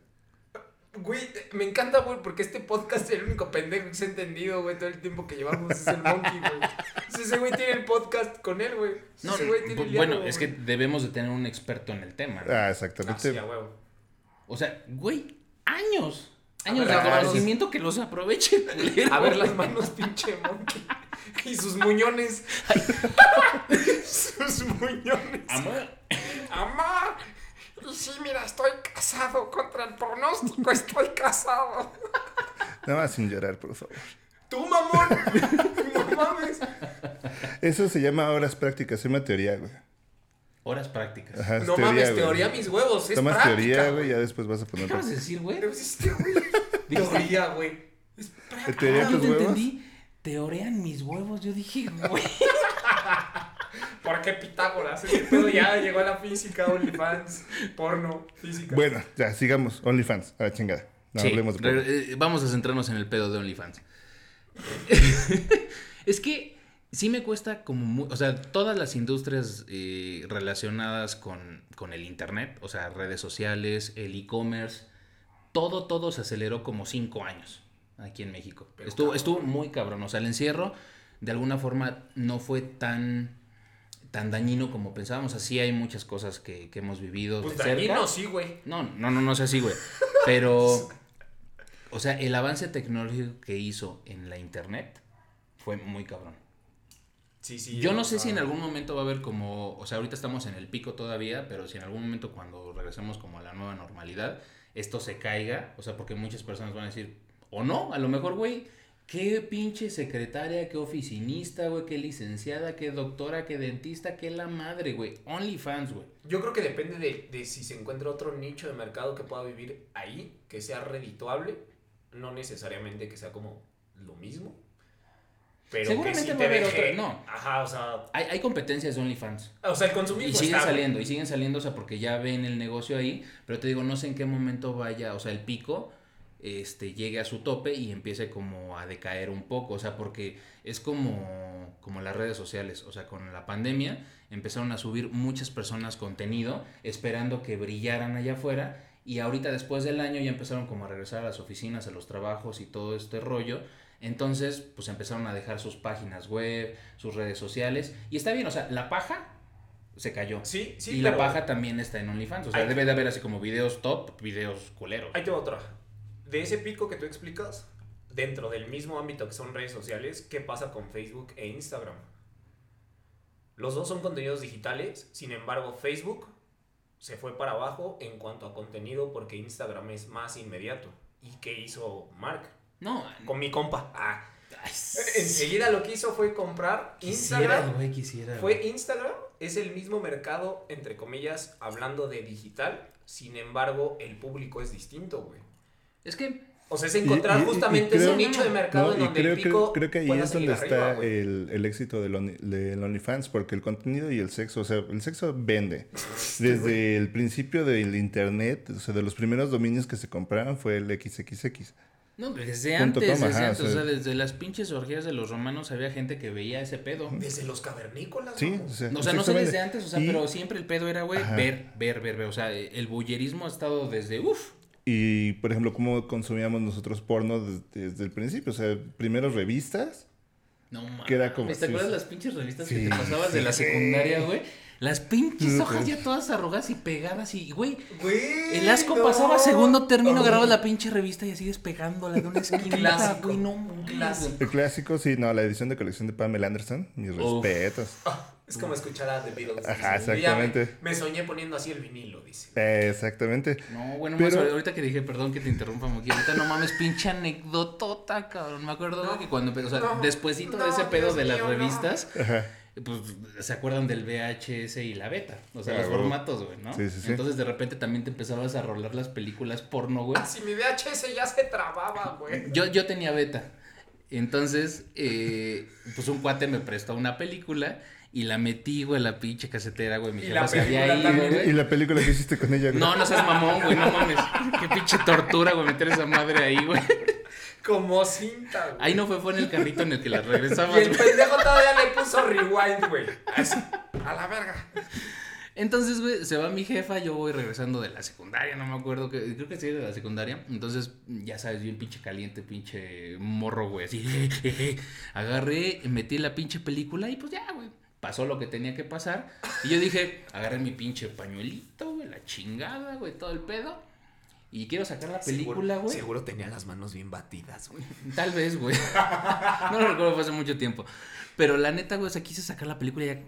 Güey, me encanta, güey, porque este podcast es el único pendejo que se ha entendido, güey, todo el tiempo que llevamos es el monkey, güey. Si ese güey tiene el podcast con él, güey. Si No, ese güey tiene el bueno, diálogo, es que güey. debemos de tener un experto en el tema. ¿no? Ah, Ah, sí, exactamente. a huevo. O sea, güey, años. Años ver, de ah, conocimiento que los aprovechen. culero. A ver las manos, pinche monkey. Y sus muñones. sus muñones. Amor. Amá. Y sí, mira, estoy casado. Contra el pronóstico, estoy casado. Nada más sin llorar, por favor. ¡Tú, mamón! ¡No mames! Eso se llama horas prácticas, se llama teoría, güey. Horas prácticas. Ajá, es No mames, güey. teoría mis huevos, es Tomas práctica. teoría, güey, ya después vas a poner... ¿Qué vas a decir, güey? Pero es este, güey. Teoría, güey. ¿Teoría Ah, tus yo te huevos? entendí. Te orean mis huevos. Yo dije, güey. ¿Por qué Pitágoras? Ese pedo ya llegó a la física, OnlyFans, porno, física. Bueno, ya, sigamos. OnlyFans, a la chingada. No Sí, hablemos de porno. re- eh, vamos a centrarnos en el pedo de OnlyFans. es que sí me cuesta como... mu- o sea, todas las industrias eh, relacionadas con, con el Internet, o sea, redes sociales, el e-commerce, todo, todo se aceleró como cinco años aquí en México. Estuvo, estuvo muy cabrón. O sea, el encierro de alguna forma no fue tan tan dañino como pensábamos. Así hay muchas cosas que, que hemos vivido. pues de cerca. dañino, sí, güey. No, no, no, no es así, güey. Pero, o sea, el avance tecnológico que hizo en la internet fue muy cabrón. Sí, sí. Yo no o sé si sea, en algún momento va a haber como, o sea, ahorita estamos en el pico todavía, pero si en algún momento cuando regresemos como a la nueva normalidad, esto se caiga, o sea, porque muchas personas van a decir, o no, a lo mejor, güey, qué pinche secretaria, qué oficinista, güey, qué licenciada, qué doctora, qué dentista, qué la madre, güey, OnlyFans, güey. Yo creo que depende de, de si se encuentra otro nicho de mercado que pueda vivir ahí, que sea redituable, no necesariamente que sea como lo mismo. Pero Seguramente que sí va te a haber deje- otro, no. Ajá, o sea, Hay, hay competencias de OnlyFans. o sea, el consumismo Y siguen está, güey. saliendo, y siguen saliendo, o sea, porque ya ven el negocio ahí, pero te digo, no sé en qué momento vaya, o sea, el pico, este, llegue a su tope y empiece como a decaer un poco, o sea, porque es como, como las redes sociales, o sea, con la pandemia empezaron a subir muchas personas contenido esperando que brillaran allá afuera y ahorita después del año ya empezaron como a regresar a las oficinas, a los trabajos y todo este rollo. Entonces, pues empezaron a dejar sus páginas web, sus redes sociales. Y está bien, o sea, la paja se cayó. Sí, sí, Y la pero- paja también está en OnlyFans. O sea, Ay. debe de haber así como videos top, videos culeros. Ahí te va otra. De ese pico que tú explicas, dentro del mismo ámbito que son redes sociales, ¿qué pasa con Facebook e Instagram? Los dos son contenidos digitales, sin embargo Facebook se fue para abajo en cuanto a contenido porque Instagram es más inmediato. ¿Y qué hizo Mark? No, Con mi compa. Ah. ay, Enseguida lo que hizo fue comprar quisiera, Instagram. güey, quisiera. güey. Fue Instagram, es el mismo mercado, entre comillas, hablando de digital. Sin embargo, el público es distinto, güey. Es que O sea, es encontrar Y- y- y justamente creo- ese nicho de mercado No, en y donde creo, el que- pico creo que ahí pueda es donde seguir está arriba, eh, güey. el, el éxito del, Only- del OnlyFans, porque el contenido y el sexo, o sea, el sexo vende. Desde el principio del internet, o sea, de los primeros dominios que se compraron fue el XXX. No, pues desde Punto antes, com, desde ajá, antes, o o sea. sea, desde las pinches orgías de los romanos había gente que veía ese pedo. Desde los cavernícolas, Sí, vamos. o sea, No, O el sea, no sexo sé desde vende. antes, o sea, Y- pero siempre el pedo era, güey, Ajá. ver, ver, ver, ver. O sea, el bullerismo ha estado desde, uff, Y, por ejemplo, cómo consumíamos nosotros porno des- desde, el principio. O sea, primero revistas. no mames. Que era como- ¿Te acuerdas sí, las pinches revistas sí, que te pasabas de la sí. secundaria, güey? Las pinches No, hojas pues. ya todas arrugadas y pegadas y, güey, Güey, el asco no. pasaba a segundo término, Oh. agarrabas la pinche revista y así despegándola de una esquina, clásico, güey, no un mames. clásico. El clásico, sí, no, la edición de colección de Pamela Anderson. Mis Uf. respetos. Es como escuchar a The Beatles. Ajá, Dice, un día me- exactamente. Me, soñé poniendo así el vinilo, dice. Eh, exactamente. No, bueno, Pero- más ahorita que dije, perdón que te interrumpa, Moqui, ahorita no mames, pinche anécdotota, cabrón. Me acuerdo güey, que cuando, empe- o sea, no, despuésito de no, ese pedo Dios de las mío, no. revistas, Ajá. pues se acuerdan del VHS y la beta, o sea, Ah, los huevo. formatos, güey, ¿no? Sí, sí, sí. Entonces de repente también te empezabas a rolar las películas porno, güey. Ah, Si mi VHS ya se trababa, güey. Yo, yo tenía beta. Entonces, eh, pues un cuate me prestó una película y la metí, güey, a la pinche casetera, güey. Mi Y jefa la se había película ido, también. güey. Y la película que hiciste con ella, güey. No, no seas mamón, güey, no mames. Qué pinche tortura, güey, meter esa madre ahí, güey. Como cinta, güey. Ahí no fue, fue en el carrito en el que las Y regresabas, el güey. pendejo todavía le puso rewind, güey. Así. A la verga. Entonces, güey, se va mi jefa, yo voy regresando de la secundaria, no me acuerdo, que, creo que sí, de la secundaria. Entonces, ya sabes, bien pinche caliente, pinche morro, güey, así. Agarré, metí la pinche película y pues ya, güey, pasó lo que tenía que pasar. Y yo dije, agarré mi pinche pañuelito, güey, la chingada, güey, todo el pedo. Y quiero sacar la película, Seguro- güey. Seguro tenía las manos bien batidas, güey. Tal vez, güey. No lo recuerdo, fue hace mucho tiempo. Pero la neta, güey, o sea, quise sacar la película y ya.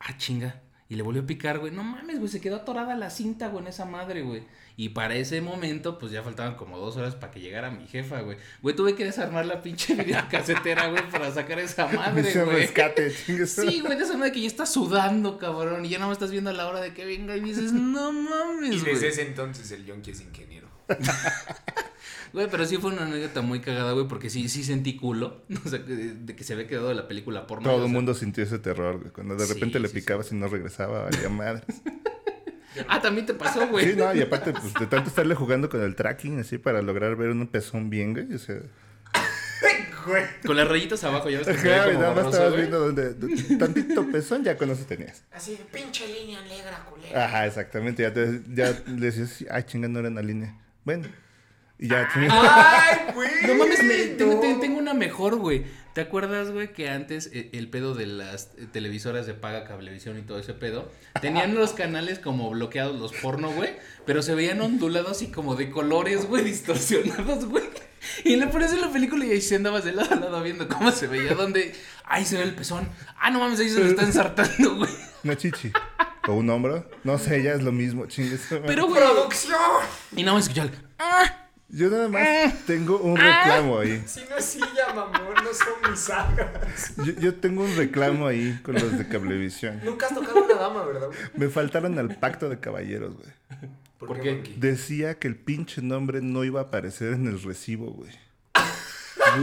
Ah, chinga. Y le volvió a picar, güey. No mames, güey. Se quedó atorada la cinta, güey, en esa madre, güey. Y para ese momento, pues ya faltaban como dos horas para que llegara mi jefa, güey. Güey, tuve que desarmar la pinche videocasetera, güey, para sacar esa madre, Misión güey. rescate, chingues. Sí, güey, de esa madre que ya está sudando, cabrón. Y ya no me estás viendo a la hora de que venga y dices, no mames, Y güey. desde ese entonces el Yonki es ingeniero. Güey, pero sí fue una anécdota muy cagada, güey, porque sí, sí sentí culo. O sea, que- de que se había quedado de la película porno. Todo o el sea. mundo sintió ese terror, güey. Cuando de Sí, repente le sí, picabas y no regresaba, valía madre. Ah, también te pasó, güey. Sí, no, y aparte, pues, de tanto estarle jugando con el tracking, así, para lograr ver un pezón bien, güey. O sea, Con las rayitas abajo, ya ves que se ve claro, como nada más borroso, estabas güey. viendo donde, donde tantito pezón, ya con eso tenías. Así, pinche línea negra, Ah, culera. Ajá, exactamente. Ya, te, ya le decías, ay, chinga, no era en la línea. Bueno, y ya Ah, tenías- ¡Ay, güey! No mames, me- tengo, no. te- tengo una mejor, güey. ¿Te acuerdas, güey, que antes eh, el pedo de las eh, televisoras de paga, cablevisión y todo ese pedo? Tenían los canales como bloqueados los porno, güey, pero se veían ondulados y como de colores, güey, distorsionados, güey. Y le pones en la película y ahí sí andabas de lado a lado viendo cómo se veía, donde, ahí se ve el pezón. Ah, no mames, ahí se lo está ensartando, güey. una chichi. O un hombro. No sé, ya es lo mismo, chingues. Pero, güey. ¡Producción! Y nada más escuchar, Yo nada eh. más tengo un Ah. reclamo ahí. Si no es silla, mamón, no son mis sagas. Yo, yo tengo un reclamo ahí con los de Cablevisión. Nunca has tocado una dama, ¿verdad? güey? Me faltaron al pacto de caballeros, güey. ¿Por, ¿Por qué? qué? Monkey? Decía que el pinche nombre no iba a aparecer en el recibo, güey.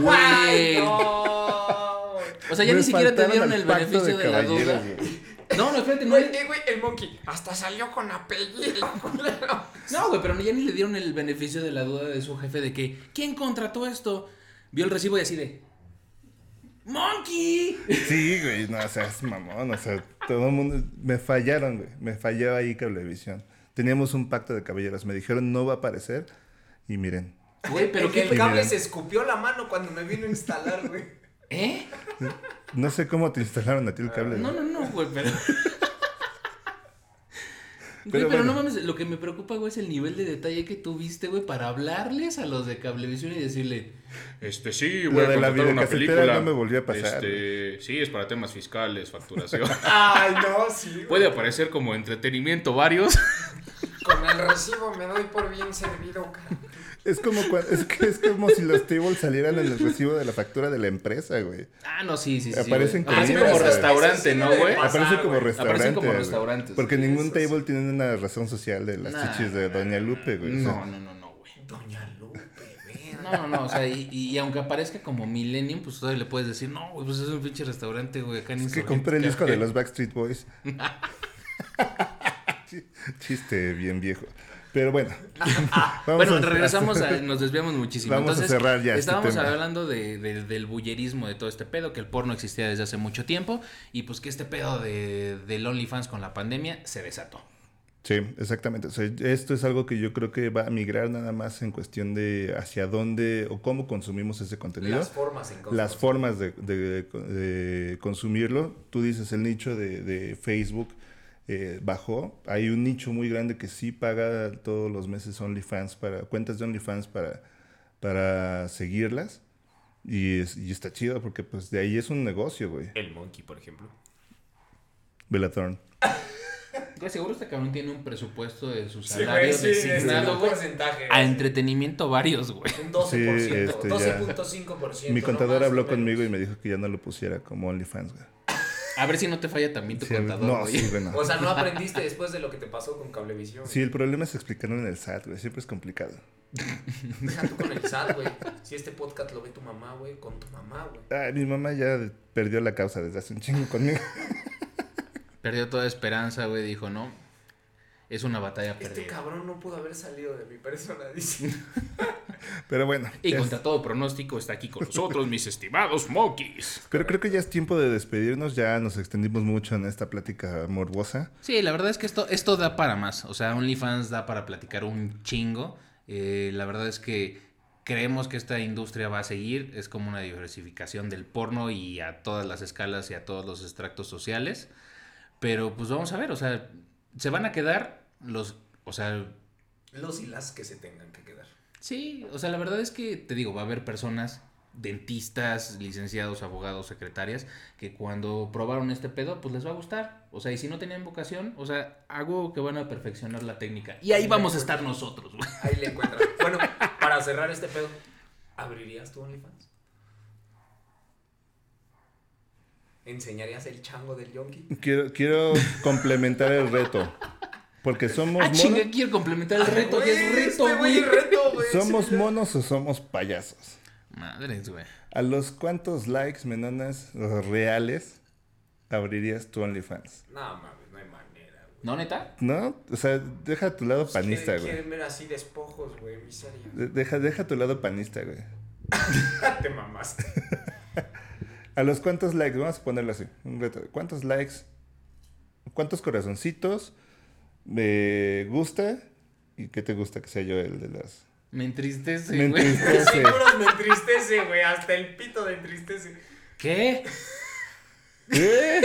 güey. No. O sea, ya ni Me siquiera te faltaron dieron al el pacto beneficio de, la caballeros, duda. güey. No, no, espérate, no Güey, le- eh, güey, el monkey hasta salió con apellido, culero. No, güey, pero ya ni le dieron el beneficio de la duda de su jefe de que, ¿quién contrató esto? Vio el recibo y así de... ¡Monkey! Sí, güey, no seas mamón, o sea, todo el mundo... Me fallaron, güey, me falló ahí Cablevisión. Teníamos un pacto de caballeros, me dijeron no va a aparecer y miren. Güey, pero El que qué... el cable Miren. se escupió la mano cuando me vino a instalar, güey. ¿Eh? No sé cómo te instalaron a ti el cable. No, güey. no, no, güey, pero... Güey, pero Pero no bueno. mames, lo que me preocupa, güey, es el nivel de detalle que tuviste, güey, para hablarles a los de Cablevisión y decirle... Este, sí, voy a de la contratar una videocasetera película. no me volvió a pasar. Este, sí, es para temas fiscales, facturación. Ay, no, sí. güey. Puede aparecer como entretenimiento varios. Con el recibo me doy por bien servido, cara. Es, como cua- es, que es como si los tables salieran en el recibo de la factura de la empresa, güey. Ah, no, sí, sí, sí. Aparecen güey. Ah, es comidas, como güey. restaurante, ¿no, güey? Pasar, Aparece como güey. restaurante. Aparecen como güey. restaurantes. Porque Sí, ningún eso table tiene una razón social de las Nah, chichis de Doña Lupe, güey. O sea, No, no, no, no, güey. Doña Lupe, verga. No, no, no, o sea, y, y aunque aparezca como Millennium, pues todavía le puedes decir, no, güey, pues es un pinche restaurante, güey, acá en Es que Insurgentes". compré el disco de los Backstreet Boys. Ch- Chiste bien viejo. Pero bueno. Vamos Bueno, a- regresamos, a- nos desviamos muchísimo. Vamos a Entonces, cerrar ya este Estábamos tema. hablando de- de- del bullerismo de todo este pedo, que el porno existía desde hace mucho tiempo, y pues que este pedo de, del OnlyFans con la pandemia se desató. Sí, exactamente. O sea, esto es algo que yo creo que va a migrar nada más en cuestión de hacia dónde o cómo consumimos ese contenido. Las formas en las formas de, de- de consumirlo. Tú dices el nicho de, de Facebook eh, bajó. Hay un nicho muy grande que sí paga todos los meses OnlyFans para cuentas de OnlyFans para, para seguirlas. Y, es- y está chido porque pues de ahí es un negocio, güey. El monkey, por ejemplo. Velatorn. Güey, seguro este cabrón tiene un presupuesto de Ah, su Sí, salario güey, sí, este, designado, un güey, porcentaje. a entretenimiento varios, güey. Un 12%, Sí, este, ya. 12.5%. Mi no contador más, habló no menos. conmigo y me dijo que ya no lo pusiera como OnlyFans, güey. A ver si no te falla también tu Sí, a ver- contador, no, güey. sí, güey, no. O sea, no aprendiste después de lo que te pasó con Cablevisión. Sí, el problema es explicarlo en el SAT, güey. Siempre es complicado. Deja tú con el SAT, güey. Si este podcast lo ve tu mamá, güey, con tu mamá, güey. Ay, Ah, mi mamá ya perdió la causa desde hace un chingo conmigo. Perdió toda esperanza, güey. Dijo, no, es una batalla Este perdida. cabrón no pudo haber salido de mi persona, dice. Pero bueno. Y ya contra todo pronóstico está aquí con nosotros, mis estimados monkeys. Pero creo que ya es tiempo de despedirnos, ya nos extendimos mucho en esta plática morbosa. Sí, la verdad es que esto, esto da para más. O sea, OnlyFans da para platicar un chingo. Eh, la verdad es que creemos que esta industria va a seguir. Es como una diversificación del porno y a todas las escalas y a todos los extractos sociales. Pero pues vamos a ver, o sea, se van a quedar los... O sea, Los y las que se tengan que quedar. Sí, o sea, la verdad es que te digo, va a haber personas, dentistas, licenciados, abogados, secretarias, que cuando probaron este pedo, pues les va a gustar. O sea, y si no tenían vocación, o sea, hago que van a perfeccionar la técnica. Y ahí vamos a estar nosotros, güey. Ahí le encuentran. Bueno, para cerrar este pedo, ¿abrirías tu OnlyFans? ¿Enseñarías el chango del yonki? Quiero, quiero complementar el reto, porque somos Ah, chinga, monos, quiero complementar el reto, ya es Güey, reto, este güey. es reto, güey. somos monos o somos payasos. Madres, güey. ¿A los cuántos likes, menonas los reales abrirías tu OnlyFans? No mames, no hay manera, güey. ¿No, neta? ¿No? O sea, deja tu Pues, lado panista, Quieren- güey. Quieren ver así despojos, güey, miseria. De- Deja, deja tu lado panista, güey. Te mamaste. ¿A los cuántos likes? Vamos a ponerlo así. un reto. ¿Cuántos likes? ¿Cuántos corazoncitos? ¿Me gusta? ¿Y qué te gusta que sea yo el de las... Me entristece, Me güey. entristece. Seguro me entristece, güey. Hasta el pito me entristece. ¿Qué? ¿Eh?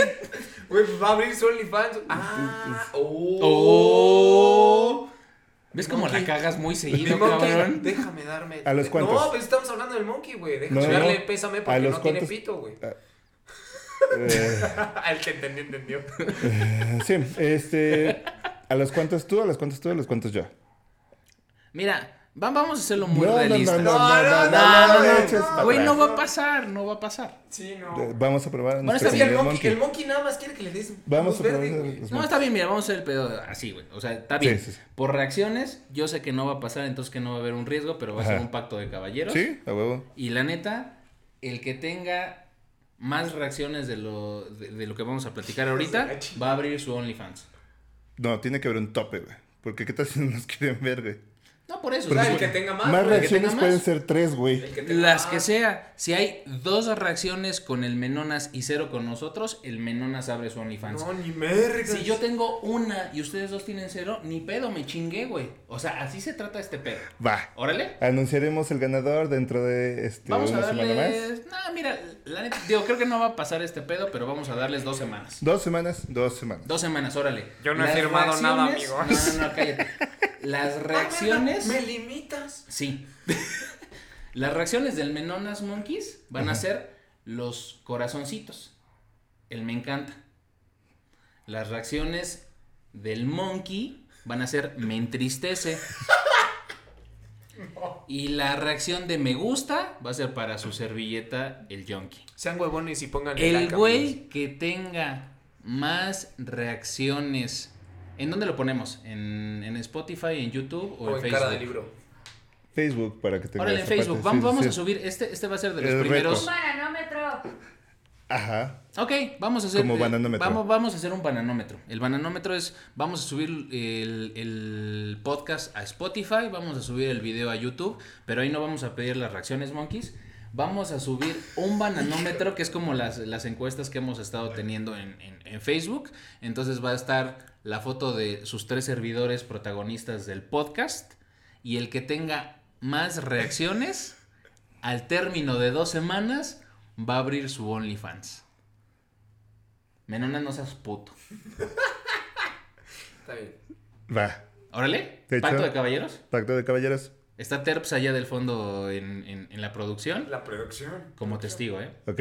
Güey, pues va a abrir su OnlyFans. Ah, oh. Oh. ¿Ves cómo la cagas muy Mi seguido, monkey, cabrón? déjame darme. ¿A los cuantos? No, pues estamos hablando del monkey, güey. Déjame No, no, darle no. pésame ¿A porque no los tiene cuantos? pito, güey. Eh, El que entendió, entendió. Ah, sí, este... ¿A los cuantos tú? ¿A los cuantos tú? ¿A los cuantos yo? Mira, va- vamos a hacerlo muy No, no, no, realista. no, no, No, no, no, no, no, no, eches para Güey, no atrás. va a pasar, no va a pasar. Sí, no. Eh, Vamos a probar a Bueno, nuestra está Sí, el comunidad monkey. monkey, el monkey nada más quiere que le des. Vamos luz a verde, probar a güey. los No, monkeys. está bien, mira, vamos a hacer el pedo así, güey. O sea, está bien. Sí, sí, sí. Por reacciones, yo sé que no va a pasar, entonces que no va a haber un riesgo, pero va a ser Ajá. un pacto de caballeros. Sí, a huevo. Y la neta, el que tenga más reacciones de lo, de, de lo que vamos a platicar Pues ahorita, va a abrir su OnlyFans. No, tiene que haber un tope, güey. Porque qué tal si no nos quieren ver, güey. No, por eso. Pero o sea, el Pues es- que tenga más, Más güey, el Ah, que reacciones tenga más. pueden ser tres, güey. El que Ah. tenga Las más. que sea, si hay dos reacciones con el Menonas y cero con nosotros, el Menonas abre su OnlyFans. No, ni merga. si yo tengo una y ustedes dos tienen cero, ni pedo, me chingué, güey. O sea, así se trata este pedo. Va. Órale. Anunciaremos el ganador dentro de este, Vamos a una semana más. darles. No, mira, la neta, digo, creo que no va a pasar este pedo, pero vamos a darles dos semanas. Dos semanas, dos semanas. Dos semanas, órale. Yo no he firmado nada, reacciones- amigos. No, no, cállate. Las reacciones. Me limitas. Sí. Las reacciones del Menonas Monkeys van a ser los corazoncitos. El me encanta. Las reacciones del Monkey van a ser me entristece. Y la reacción de me gusta va a ser para su servilleta el Yonki. Sean huevones y pongan El like, güey que tenga más reacciones. ¿En dónde lo ponemos? ¿En, en Spotify, en YouTube o, amigos. O en en cara de Facebook? libro. Facebook para que tengas. Órale, en Facebook. Vam- Vamos, a subir. Este, este va a ser de los El reto. primeros. Un bananómetro. Ajá. Ok, vamos a hacer. Como eh, bananómetro. Vamos, vamos a hacer un bananómetro. El bananómetro es. Vamos a subir el, el podcast a Spotify. Vamos a subir el video a YouTube. Pero ahí no vamos a pedir las reacciones, monkeys. Vamos a subir un bananómetro que es como las, las encuestas que hemos estado teniendo en, en- en Facebook. Entonces va a estar la foto de sus tres servidores protagonistas del podcast. Y el que tenga más reacciones al término de dos semanas va a abrir su OnlyFans. Menona, no seas puto. Está bien. Va. Órale, De hecho. pacto de caballeros. Pacto de caballeros. Está Terps allá del fondo en, en- en la producción La producción. como testigo, ¿eh? Ok.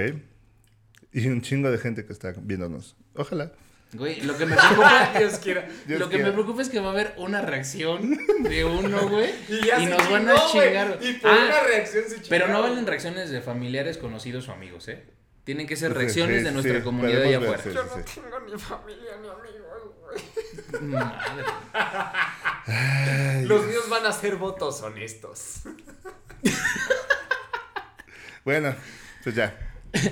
Y un chingo de gente que está viéndonos. Ojalá. Güey, lo que me preocupa, Dios quiera. Dios lo que quiera. me preocupa es que va a haber una reacción de uno, güey. Y ya Y se nos van a chingó, güey. chingar. Y por Ah, una reacción se Pero no chingaron. valen reacciones de familiares, conocidos o amigos, ¿eh? Tienen que ser Sí, reacciones sí, de nuestra sí, comunidad allá podemos ver, afuera. sí. Yo no tengo ni familia ni amigos, güey. Madre. Los míos van a ser votos honestos. Bueno, pues ya.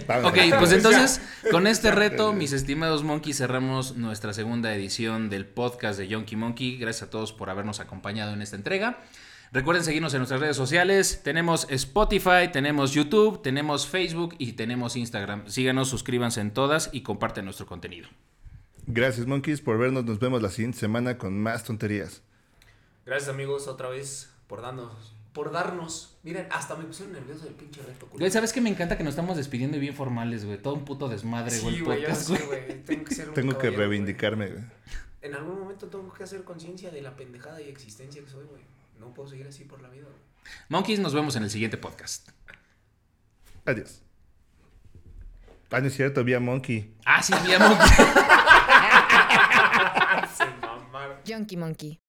Vamos. Ok, pues entonces, con este reto, mis estimados monkeys, cerramos nuestra segunda edición del podcast de Yonky Monkey. Gracias a todos por habernos acompañado en esta entrega. Recuerden seguirnos en nuestras redes sociales. Tenemos Spotify, tenemos YouTube, tenemos Facebook y tenemos Instagram. Síganos, suscríbanse en todas y comparten nuestro contenido. Gracias, monkeys, por vernos. Nos vemos la siguiente semana con más tonterías. Gracias, amigos, otra vez por darnos. Por darnos. Miren, hasta me pusieron nervioso del pinche reto. culo. Güey, ¿sabes que me encanta que nos estamos despidiendo y bien formales, güey? Todo un puto desmadre, güey, Sí, el güey, ya podcast, sé, güey. güey. Tengo que ser un Tengo que caballero, güey. reivindicarme. güey. En algún momento tengo que hacer conciencia de la pendejada y existencia que soy, güey. No puedo seguir así por la vida, güey. Monkeys, nos vemos en el siguiente podcast. Adiós. Ah, no es cierto, vía monkey. Ah, sí, vía Monkey. Se mamaron. Junkie Monkey.